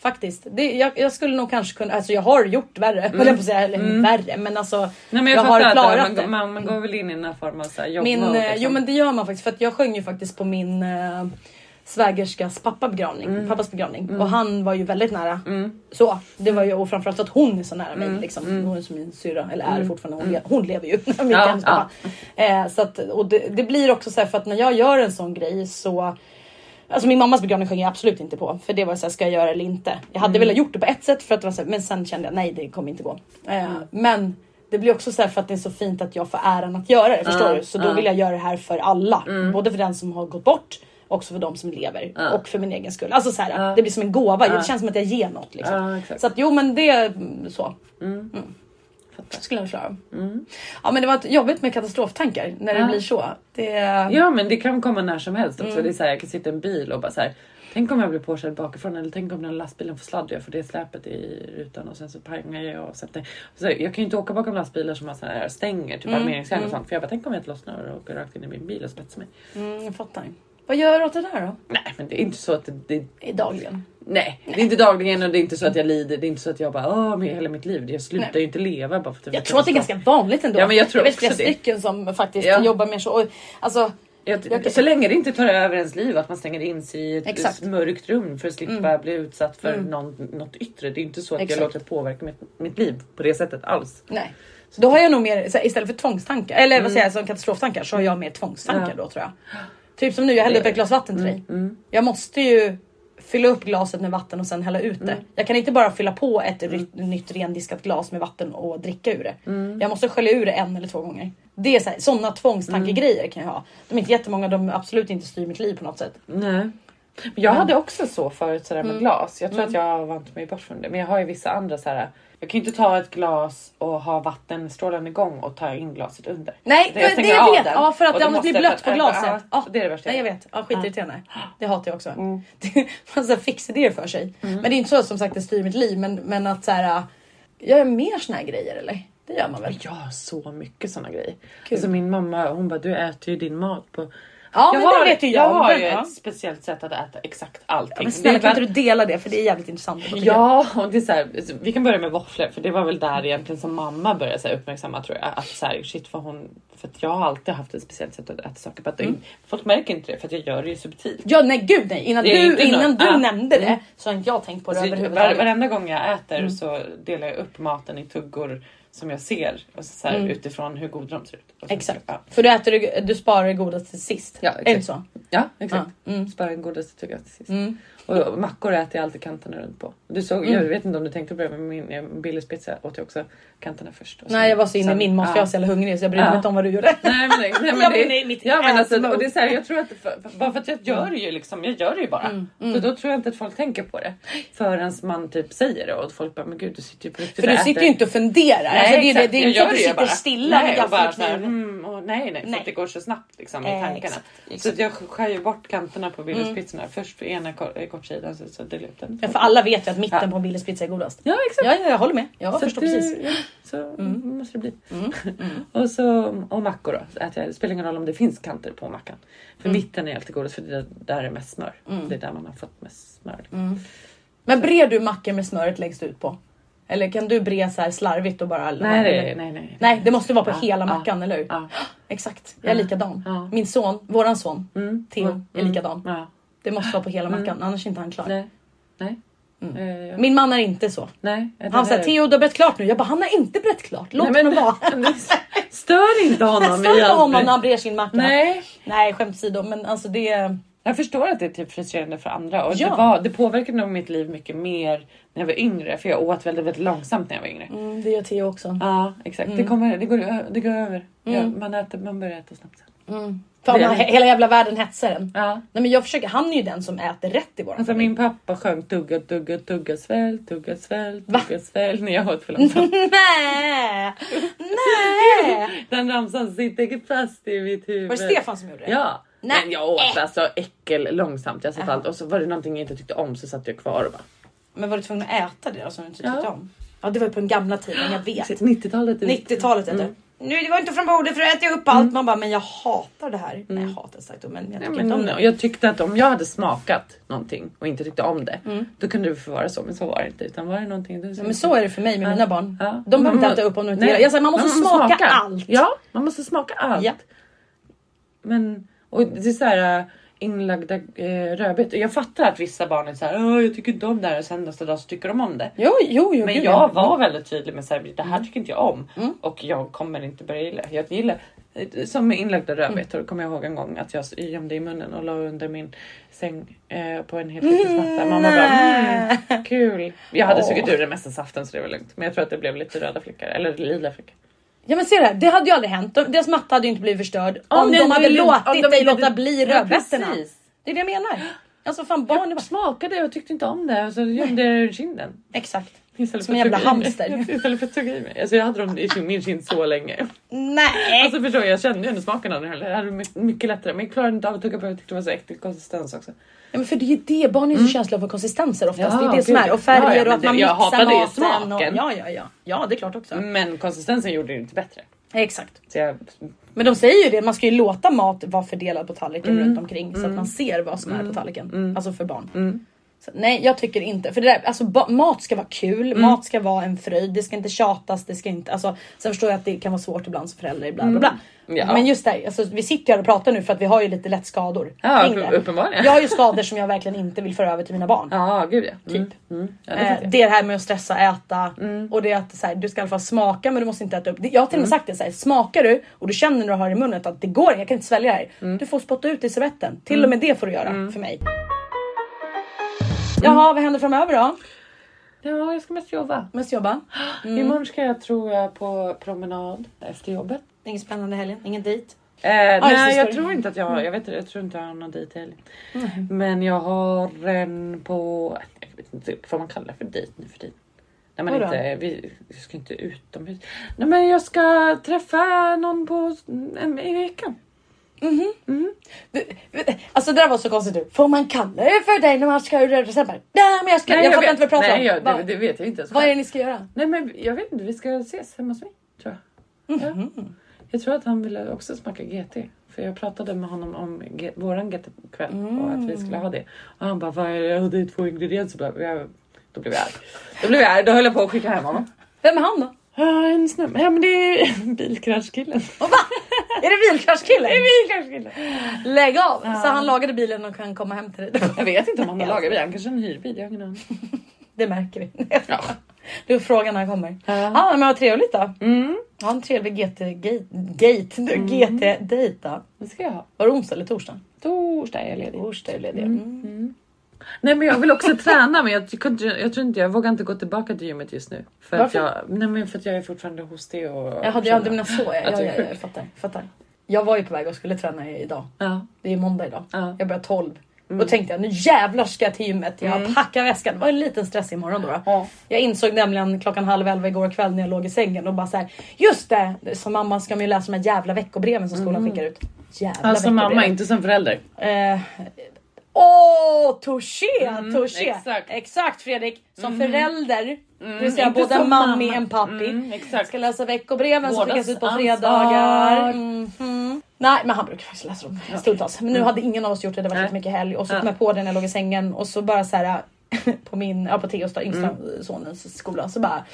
A: Faktiskt. Det, jag, jag skulle nog kanske kunna, alltså jag har gjort värre, höll jag på att säga, eller värre men alltså.
C: Mm. Nej, men
A: jag
C: jag,
A: har
C: fattar att
A: klarat
C: man,
A: det.
C: går- man, man går väl in i någon form av så här jobb
A: Min,
C: mode,
A: eh,
C: liksom.
A: jo men det gör man faktiskt för att jag sjöng ju faktiskt på min eh, svägerskas pappa begravning,
C: Mm.
A: pappas begravning och han var ju väldigt nära. Så det var ju och framförallt att hon är så nära
C: Mm.
A: mig liksom. Hon är som min syrra eller är fortfarande. Hon, le- hon lever ju. [LAUGHS] Mikaels
C: Ja,
A: pappa. Eh, så att, och det, det blir också så här för att när jag gör en sån grej så Alltså min mammas begravning sjöng jag absolut inte på för det var så här, ska jag göra eller inte? Jag hade
C: Mm.
A: velat gjort det på ett sätt för att det var så här, men sen kände jag nej det kommer inte gå. Eh,
C: Mm.
A: Men det blir också så här för att det är så fint att jag får äran att göra det, förstår du? Så då vill jag göra det här för alla,
C: Mm.
A: både för den som har gått bort också för de som lever och för min egen skull. Alltså så här, det blir som en gåva. Det känns som att jag ger något liksom.
C: Ja, exakt.
A: så att jo men det mm, så. Mm. Skulle jag klara.
C: Mm.
A: Ja men det var jobbigt med katastroftankar när det blir så. Det, mm,
C: Ja men det kan komma när som helst också. Det är så här, jag kan sitta i en bil och bara så här. Tänk om jag blir påkörd bakifrån eller tänk om den lastbilen får sladd jag får det släpet i rutan och sen så pangar jag och sätter. Så här, jag kan ju inte åka bakom lastbilar som har så här stänger, typ
A: Mm.
C: armeringsjärn och sånt. För jag bara tänk om jag inte lossnar och åker rakt in i min bil och spetsar mig.
A: mm, jag fattar. Vad gör du åt det där då?
C: Nej men det är inte så att det, det
A: I dagligen.
C: Nej, det är inte dagligen och det är inte så att jag lider. Det är inte så att jag bara åh, men hela mitt liv. Jag slutar ju inte leva bara för att
A: Jag tror att det är ganska vanligt ändå.
C: Ja, men jag tror
A: vet
C: också
A: flera
C: det.
A: stycken som faktiskt
C: Ja.
A: jobbar med så. Och, alltså,
C: Jag,
A: Jag-
C: så länge det inte tar över ens liv att man stänger in sig i ett
A: Exakt. Mm.
C: mörkt rum för att slippa bli utsatt för någon, något yttre. Det är inte så att
A: Exakt.
C: jag låter det påverka mitt, mitt liv på det sättet alls.
A: nej. Så då har jag nog mer, så här, istället för tvångstankar, eller
C: Mm.
A: vad säger jag, som katastroftankar så har jag mer tvångstankar då tror jag. Typ som nu, jag hällde upp ett glas vatten till dig.
C: Mm,
A: Jag måste ju fylla upp glaset med vatten och sen hälla ut
C: Mm.
A: det. Jag kan inte bara fylla på ett ry- nytt rendiskat glas med vatten och dricka ur det.
C: Mm.
A: Jag måste skölja ur det en eller två gånger. Det är så här, sådana tvångstankegrejer
C: Mm.
A: kan jag ha. De är inte jättemånga, de absolut inte styr mitt liv på något sätt.
C: Nej. Men jag hade också så förut sådär
A: Mm.
C: med glas. Jag tror att jag har vant mig bort från det. Men jag har ju vissa andra såhär. Jag kan ju inte ta ett glas och ha vattenstrålen igång och ta in glaset under.
A: Nej,
C: Jag
A: det, det
C: stänger
A: jag
C: av
A: vet.
C: den.
A: Ja, för
C: Och
A: att det
C: då
A: annars
C: måste
A: blir
C: jag-
A: blött på
C: ja,
A: glaset.
C: Ja, Mm.
A: Ja,
C: det är det värsta
A: Nej, jag
C: vet.
A: vet. Ja, skitirriterande. Det hatar jag också. [LAUGHS] Det man så här fixidéer för sig.
C: Mm.
A: Men det är inte så som sagt det styr mitt liv. Men, men att så här, äh, gör jag mer såna här grejer eller? Det gör man väl?
C: Jag har så mycket såna grejer. Alltså min mamma hon bara du äter ju din mat på
A: Ja, men
C: har,
A: det vet ju jag.
C: jag har
A: Men,
C: ju
A: ja.
C: ett speciellt sätt att äta exakt allting.
A: Men snälla
C: Det är
A: kan inte du dela det för det är jävligt intressant. att få tycka.
C: Ja, och det är så här, alltså, vi kan börja med våfflor för det var väl där egentligen som mamma började så här, uppmärksamma tror jag. Att så här, shit vad hon, för att jag har alltid haft ett speciellt sätt att äta saker på. Att mm. Folk märker inte det för att jag gör det ju subtilt.
A: Ja nej gud nej. Innan
C: Det är
A: du,
C: inte något-
A: innan du
C: ja. Mm.
A: nämnde det så har inte jag tänkt på det Mm.
C: Så var,
A: överhuvudtaget.
C: varenda gång jag äter så delar jag upp maten i tuggor som jag ser och så här, utifrån hur goda de ser ut. Och så-
A: Mm. Exakt.
C: Ja,
A: För du, äter, det- du sparar det goda till sist.
C: Ja,
A: Är
C: exakt.
A: det så? Mm.
C: ja exakt. Spara den godaste tuggan till sist. Och mackor äter jag alltid kanterna runt på. Du såg, Jag
A: Mm.
C: vet inte om du tänkte på det men min eh, Billys pizza åt jag också kanterna först. och sen-
A: Nej jag var så inne i
C: sen-
A: min mat för jag var
C: ja.
A: så jävla hungrig så jag brydde mig
C: Ja.
A: inte om vad du gjorde.
C: [LAUGHS] Nej men, nej, nej, men
A: [LAUGHS] Jag
C: det,
A: menar i mitt
C: ja, men alltså,
A: ätmode.
C: och det är så här, jag tror att för, för, bara för att jag gör det ju liksom, jag gör det ju bara.
A: Mm,
C: Så då tror jag inte att folk tänker på det förrän man typ säger det och att folk bara men gud du sitter ju på riktigt
A: För du
C: och
A: sitter
C: äter."
A: ju inte och funderar.
C: Nej,
A: alltså, det, är- det,
C: exakt.
A: det är
C: Jag
A: inte så att
C: gör
A: du
C: det ju
A: sitter
C: bara.
A: stilla
C: nej,
A: med
C: och bara så här,
A: gaffelkniven.
C: mm, och nej, nej, För
A: Nej.
C: att det går så snabbt liksom, i
A: Eh,
C: tankarna.
A: exakt, Mm.
C: Så att jag skär ju bort kanterna på Billys pizzorna. Först på ena kor- eh, kortsidan så, så delar jag upp den.
A: Ja, för alla vet ju att mitten
C: Ja.
A: på Billys pizza är godast.
C: Ja exakt.
A: Ja, ja jag håller med. Jag
C: Så
A: förstår
C: att, eh,
A: precis. Mm.
C: Ja, så måste det bli. [LAUGHS] och, så, och mackor då. Så Äter jag, det spelar ingen roll om det finns kanter på mackan. För
A: Mm.
C: mitten är alltid godast för det är där det är mest smör. Det är där man har fått mest smör.
A: Mm. Men bred du mackor med smöret längst ut på? Eller kan du bre så här slarvigt och bara...
C: Nej, det,
A: eller-
C: nej, nej, nej.
A: Nej, det måste vara på
C: Ja,
A: hela
C: ja,
A: mackan, eller hur?
C: Ja.
A: Exakt, jag är likadan.
C: Ja. Mm.
A: Min son, våran son, Theo, är likadan.
C: Ja.
A: Det måste vara på hela mackan, annars är inte han klar.
C: Mm. Nej. Nej. Eh, jag-
A: Min man är inte så.
C: nej. Eh, det
A: Mm. Han
C: här
A: säger
C: är-
A: Theo du har brett klart nu. Jag bara han har inte brett klart. Låt
C: Nej, men-
A: honom vara.
C: [LAUGHS]
A: [LAUGHS]
C: Stör inte honom.
A: Stör inte
C: i allt.
A: honom när han brer sin macka.
C: Nej.
A: Nej skämt åsido men alltså det.
C: Jag förstår att det är typ frustrerande för andra och
A: Ja.
C: det, var, det påverkade nog mitt liv mycket mer när jag var yngre för jag åt väldigt, väldigt långsamt när jag var yngre.
A: Mm, det gör Theo också.
C: Ja exakt, det, kommer, det, går, ö- det går över.
A: Mm.
C: Ja, man, äter, man börjar äta snabbt sen.
A: Fan,
C: Det-
A: man, hela jävla världen hetsar en.
C: Ja.
A: Nej men jag försöker, han är ju den som äter rätt i våran
C: Alltså
A: familj.
C: min pappa sjöng tugga tugga tugga svälj tugga svälj tugga svälj när jag åt
A: [LAUGHS]
C: för långsamt.
A: Nej! Nej!
C: Den ramsan sitter fast i mitt huvud.
A: Var det Stefan som gjorde det?
C: Ja.
A: Nej. Äh.
C: Men jag åt alltså äckel långsamt. Jag satt allt och så var det någonting jag inte tyckte om så satt jag kvar och bara.
A: Men var du tvungen att äta det då som du inte
C: Ja.
A: tyckte om? Ja det var ju på den gamla tiden, jag vet.
C: 90-talet. Mm.
A: 90-talet hette det. nu, det var inte från bordet för att äta upp allt. Man bara, men jag hatar det här. Nej, jag hatar sajto, men jag tycker
C: Mm. Men
A: inte om det.
C: och jag tyckte att om jag hade smakat någonting och inte tyckte om det, då kunde det få vara så. Men så var det inte. Utan var det någonting du
A: Mm. Ja, men så är det för mig med mina barn.
C: Ja.
A: De behöver
C: Man
A: inte äta
C: må-
A: upp om de inte
C: Nej.
A: gillar. Jag säger, man måste smaka, allt.
C: Ja, man måste smaka allt.
A: Ja.
C: Men och det är så här äh, inlagda eh, rödbetor. Jag fattar att vissa barn är så här. "Åh, Jag tycker inte om det här och sen nästa dag så tycker de om det.
A: Jo, jo, jo.
C: Men
A: gud,
C: jag
A: ja.
C: var väldigt tydlig med så här, det här tycker inte jag om och jag kommer inte börja gilla. Jag gillar som med inlagda rödbetor kommer jag ihåg en gång att jag gömde i munnen och la under min säng eh, på en hel fritidsmatta. Mamma bara mm, kul. Jag hade sugit ur den mesta saften så det var lugnt. Men jag tror att det blev lite röda fläckar eller lila fläckar.
A: Ja men se det här, det hade ju aldrig hänt. De- Deras matta hade ju inte blivit förstörd om,
C: nej,
A: de
C: det
A: hade
C: är lugnt. Om
A: låtit
C: de
A: dig
C: inte-
A: låta bli
C: Ja,
A: rödbetorna.
C: precis.
A: det är det jag menar. Alltså fan barn är bara...
C: Smakade och tyckte inte om det så jag gömde jag det i kinden.
A: Exakt.
C: Istället
A: Som
C: för
A: en
C: att
A: jävla
C: tugga i mig.
A: hamster.
C: [LAUGHS] Istället för att tugga i mig. Alltså jag hade dem i min kind så länge.
A: Nej!
C: Alltså förstår jag, jag kände ju ändå smaken av den här. Det hade varit mycket lättare men jag klarade inte av att tugga på det. Jag tyckte det var så äcklig konsistens också.
A: Ja, men för det är ju det, barn är ju så känsliga för konsistenser oftast.
C: Mm. Ja,
A: det är det som
C: gud,
A: är. Och
C: ja. Ja,
A: färger
C: ja,
A: och
C: men
A: att man
C: det- jag
A: mixar
C: hatade ju
A: maten. Och,
C: smaken. Mm.
A: ja, ja, ja. Ja, det är klart också.
C: Men konsistensen gjorde det inte bättre.
A: Exakt.
C: Så jag,
A: Men de säger ju det, man ska ju låta mat vara fördelad på tallriken
C: Mm.
A: runt omkring så att man ser vad som är på tallriken. Alltså för barn.
C: Mm.
A: Så, nej jag tycker inte, för det där, alltså, ba- mat ska vara kul,
C: Mm.
A: mat ska vara en fröjd, det ska inte tjatas, det ska inte, alltså, sen förstår jag att det kan vara svårt ibland som förälder, bla bla bla.
C: Mm. Ja.
A: Men just det här, alltså, vi sitter ju här och pratar nu för att vi har ju lite lätt skador.
C: Ja,
A: kring det.
C: uppenbarligen.
A: Jag har ju skador som jag verkligen inte vill föra över till mina barn.
C: ja gud ja. Mm.
A: Typ.
C: Ja, det
A: Eh,
C: fattar jag.
A: det här med att stressa äta och det är att så här, du ska i alla fall smaka men du måste inte äta upp. Det- Jag har till och med sagt det så här, smakar du och du känner när du har i munnen att det går jag kan inte svälja det här. Du får spotta ut det i servetten. Till och med det får du göra för mig. Jaha, vad händer framöver då?
C: ja jag ska mest jobba.
A: Måste jobba.
C: Imorgon ska jag tror jag på promenad efter jobbet.
A: Ingen spännande helgen, ingen dit.
C: Eh,
A: just det,
C: nej jag
A: sorry. Mm.
C: tror inte att jag, jag, vet, inte, jag tror inte jag har någon dejt heller. Men jag har en på, jag vet inte typ, vad man kallar det för dejt nu för tiden. När man
A: Vadå?
C: inte, vi, vi ska inte utomhus. Nej men jag ska träffa någon på en, i veckan.
A: Du, alltså det där var så konstigt du. Får man kalla det för dig när man ska ur december? Nej men jag ska, jag fattar
C: vet-
A: inte vad du pratar
C: nej,
A: om.
C: Jag,
A: Vad-
C: det, det vet jag inte ens
A: Vad är
C: själv.
A: det ni ska göra?
C: Nej men jag vet inte, vi ska ses hemma hos mig tror jag. Ja. Jag tror att han ville också smaka GT. För jag pratade med honom om G- våran GT-kväll och att vi skulle ha det. Och han bara, vad är det? Ja, Det är två ingredienser. Bla, bla, bla. Då blev jag arg. Då blev jag arg. Då höll jag på att skicka hem honom.
A: Vem är han då?
C: Ja, en snubbe. Ja men det är [LAUGHS] bilkraschkillen.
A: Och va? [LAUGHS] Är det bilkraschkillen?
C: Bilkraschkillen.
A: Lägg av! Så han lagade bilen och kan komma hem till dig.
C: Jag vet inte om han har lagat bil. Han kanske har en hyrbil. Jag har ingen aning.
A: Det märker vi. [LAUGHS] Du är frågan när han kommer. Ja, men vad trevligt då. Ha en trevlig GT-gate. Gate, mm. GT-dejt då.
C: Det ska jag ha.
A: Var det onsdag eller torsdag?
C: Torsdag är jag ledig.
A: Torsdag är ledig. Mm.
C: Nej men jag vill också träna men jag, kunde, jag tror inte jag vågar inte gå tillbaka till gymmet just nu. För att
A: Varför?
C: jag, nej men för att jag är fortfarande hos det och...
A: Jaha, du- ja, du menar så. Ja,
C: Att
A: ja, ja,
C: du är
A: ja,
C: sjuk.
A: jag fattar, fattar. Jag var ju på väg och skulle träna idag.
C: Ja.
A: Det är måndag idag.
C: Ja.
A: Jag börjar 12. Då tänkte jag nu jävlar ska jag till gymmet. Jag packar väskan. Det var en liten stressig morgon då. då.
C: Ja.
A: Jag insåg nämligen klockan halv elva igår kväll när jag låg i sängen och bara så här. Just det! Som mamma ska man ju läsa de här jävla veckobreven som skolan skickar ut. Jävla
C: Alltså
A: veckobrev.
C: mamma, inte som förälder.
A: Eh, Åh, touché, touché!
C: Mm, exakt. Mhm. Mm.
A: exakt Fredrik, som förälder, det vill säga
C: inte
A: både
C: som
A: mammi
C: mamma.
A: och pappi.
C: Mm, exakt.
A: Ska läsa veckobreven som
C: Bådas
A: skickas ut på
C: ansvar.
A: fredagar. Mhm. Nej men han brukar faktiskt läsa dem stundtals. Men nu hade ingen av oss gjort det, det var
C: Nej.
A: så mycket helg. Och så kom jag på det när jag låg i sängen och så bara så här [LAUGHS] på min, ja på Theos då, yngsta sonens skola så bara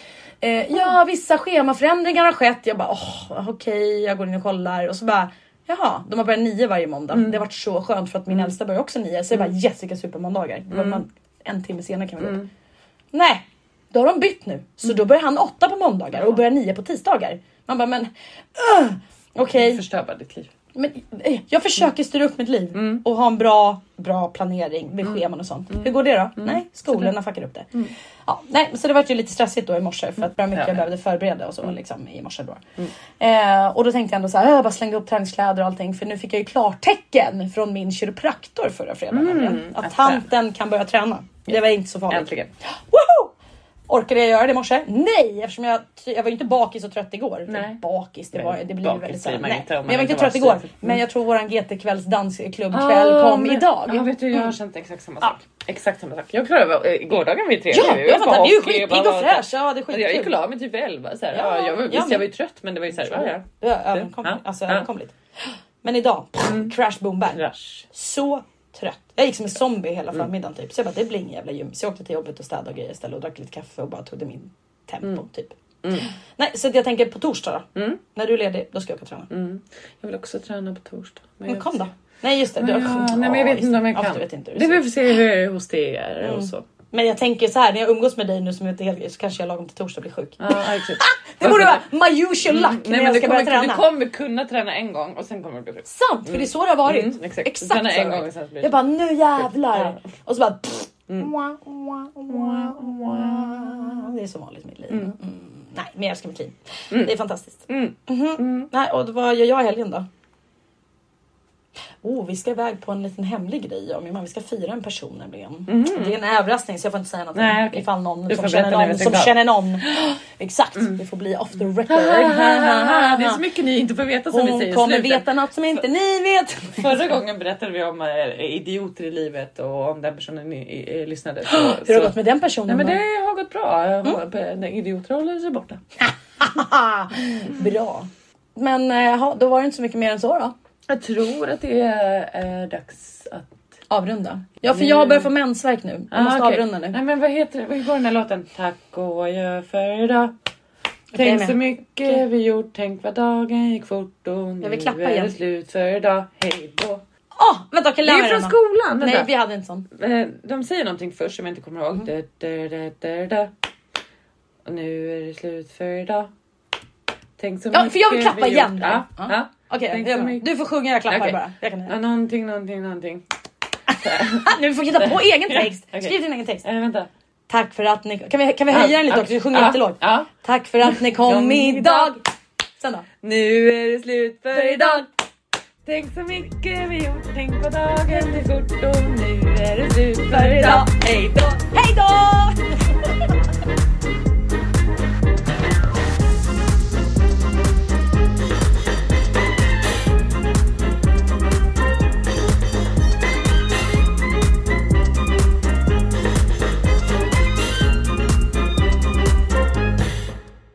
A: eh, Ja vissa schemaförändringar har skett. Jag bara åh okej jag går in och kollar och så bara Jaha, de har börjat nio varje måndag. Det har varit så skönt för att min äldsta börjar också nio. Så jag bara yes vilka supermåndagar. Det var Man, en timme senare kan vi gå upp. Nej, då har de bytt nu. Så då börjar han åtta på måndagar och börjar nio på tisdagar. Man bara men uh, okej.
C: Förstör bara ditt liv.
A: Men eh, jag försöker styra upp mitt liv och ha en bra, bra planering med scheman och sånt. Hur går det då? Nej, skolorna fuckar upp Mm. det. Mm. Ja, nej, så det var ju lite stressigt då i morse för att det var mycket jag behövde förbereda och så liksom, i morse då. Eh, och då tänkte jag ändå så här, "Åh, jag bara slänga upp träningskläder och allting för nu fick jag ju klartecken från min kiropraktor förra fredagen. nämligen, Mm, Att
C: att träna.
A: tanten kan börja träna. Det var inte så farligt.
C: Äntligen.
A: Woho! Orkade jag göra det i morse? Nej, eftersom jag, jag var ju inte bakis och trött igår.
C: Nej.
A: Bakis, det,
C: Nej,
A: var, det blir
C: bakis
A: väldigt
C: blir
A: sällan.
C: man
A: Nej,
C: inte om
A: men
C: man
A: jag var inte
C: inte var
A: trött igår.
C: sur. Mm.
A: Men jag tror våran GT-kvälls dansklubbkväll kom
C: Ah, men-
A: idag.
C: Ja, vet du, jag har känt exakt samma sak. Exakt samma sak. Jag klarade av- eh, gårdagen vid tre.
A: Ja, jag
C: på
A: fattar. Du är
C: hockey, jag bara
A: skitpigg och
C: var-
A: fräsch. Ja, det är
C: Jag gick och
A: skitkul.
C: la mig typ vid elva. Så här.
A: Ja,
C: Ja, jag, var-
A: ja,
C: visst,
A: men-
C: jag var ju trött men det var ju såhär, ja,
A: Du är överkomlig.
C: Ja,
A: Alltså
C: ja. Mm.
A: överkomligt. Men idag, pff, crash boom bang.
C: ja. Rush.
A: Så trött. Jag gick som en zombie hela förmiddagen typ. Så jag bara, det blir ingen jävla gym. Så jag åkte till jobbet och städade och grejer istället och drack lite kaffe och bara tog det i min tempo
C: Mm.
A: typ. Nej, så att jag tänker på torsdag då. När du är ledig, då ska jag åka och träna.
C: Mm. Jag vill också träna på torsdag.
A: Men
C: jag-
A: kom då. Nej just det. Du,
C: Ja, Mm, nej, men jag vet
A: just
C: inte om
A: det.
C: jag
A: Ja,
C: kan.
A: Du vet inte hur
C: det
A: det ser
C: får vi
A: ut. Mm.
C: se hur hos det är och så.
A: Men jag tänker så här, när jag umgås med dig nu som jag inte är helt så kanske jag lagom till torsdag blir sjuk.
C: Ja, exakt.
A: [LAUGHS] Det borde vara my usual luck när
C: Mm. Nej, men
A: jag
C: du,
A: ska börja
C: kommer,
A: träna.
C: du kommer kunna träna en gång och sen kommer du bli sjuk.
A: Sant! För det är så det har varit.
C: Mm, exakt.
A: Exakt
C: Träna
A: så
C: en
A: har det
C: gång och sen blir
A: varit.
C: det-
A: Jag
C: typ-
A: bara nu jävlar! Och så bara... Pff,
C: Mm.
G: Wah, wah, wah, wah.
A: det är som vanligt mitt liv. Mm. Nej men jag älskar mitt liv. Det är fantastiskt.
C: Mm.
A: Mhm. Nej, och vad gör jag i helgen då? Oh, vi ska iväg på en liten hemlig grej jag och min man. Vi ska fira en person nämligen. Det är en överraskning så jag får inte säga någonting.
C: Mm. Nej, okej.
A: Ifall någon
C: Du
A: som
C: får
A: känner
C: berätta när vi
A: någon,
C: ska
A: som
C: gå. Mm.
A: känner
C: [GASPS]
A: någon. Exakt, det får bli off the
C: det är så
A: record.
C: mycket ni inte får veta [LAUGHS] som vi
A: Hon
C: säger i
A: kommer
C: slutet.
A: veta något som inte ni vet.
C: Förra gången berättade vi om eh, idioter i livet och om den personen ni eh, eh, lyssnade på.
A: Hur har [GASPS] det
C: Så-
A: gått med den personen?
C: Nej men
A: då?
C: det har gått bra. Mm. Idioter håller sig borta.
A: Ah, [LAUGHS] bra. Men eh, jaha, då var det inte så mycket mer än så då.
C: Jag tror att det är eh, dags att...
A: Avrunda. Ja för jag börjar få mensvärk nu. Jag måste
C: Ah, okej.
A: avrunda nu.
C: Nej men vad heter det? Hur går den här låten? Tack och adjö för idag.
A: Okej,
C: Tänk
A: jag
C: så
A: med.
C: mycket vi gjort, tänk vad dagen gick fort och nu
A: vill klappa
C: är
A: igen.
C: det slut för idag. Hej då.
A: Åh
C: Ah,
A: vänta kan
C: Det
A: jag lära mig
C: är
A: den
C: från
A: då?
C: skolan!
A: Nej
C: vänta.
A: vi hade inte sån.
C: Eh, De säger någonting först som jag inte kommer ihåg.
A: Mm.
C: Da, da, da, da, da. Och nu är det slut för idag. Tänk så
A: Ja, för jag vill
C: mycket
A: klappa
C: vi
A: igen
C: gjort.
A: där.
C: Ja,
A: Ja.
C: ja.
A: Okej
C: Tänk
A: jag
C: så
A: gör det.
C: mycket.
A: du får sjunga jag klappar
C: Okej.
A: bara.
C: [LAUGHS]
A: Jag kan Ah,
C: Ja, någonting, någonting, någonting.
A: Nu får vi hitta på egen
C: Ja,
A: text.
C: okej. Ah,
A: Skriv din egen text.
C: Eh, vänta.
A: Tack för att ni Kan vi, kan vi höja den lite också? Du sjunger
C: ja,
A: jättelågt.
C: Ja.
A: Tack för att ni kom idag. Sen då?
C: Nu är det slut för idag. Tänk så mycket vi gjort. Tänk vad dagen gick fort och nu är det slut för idag. Hej då.
A: Hej då!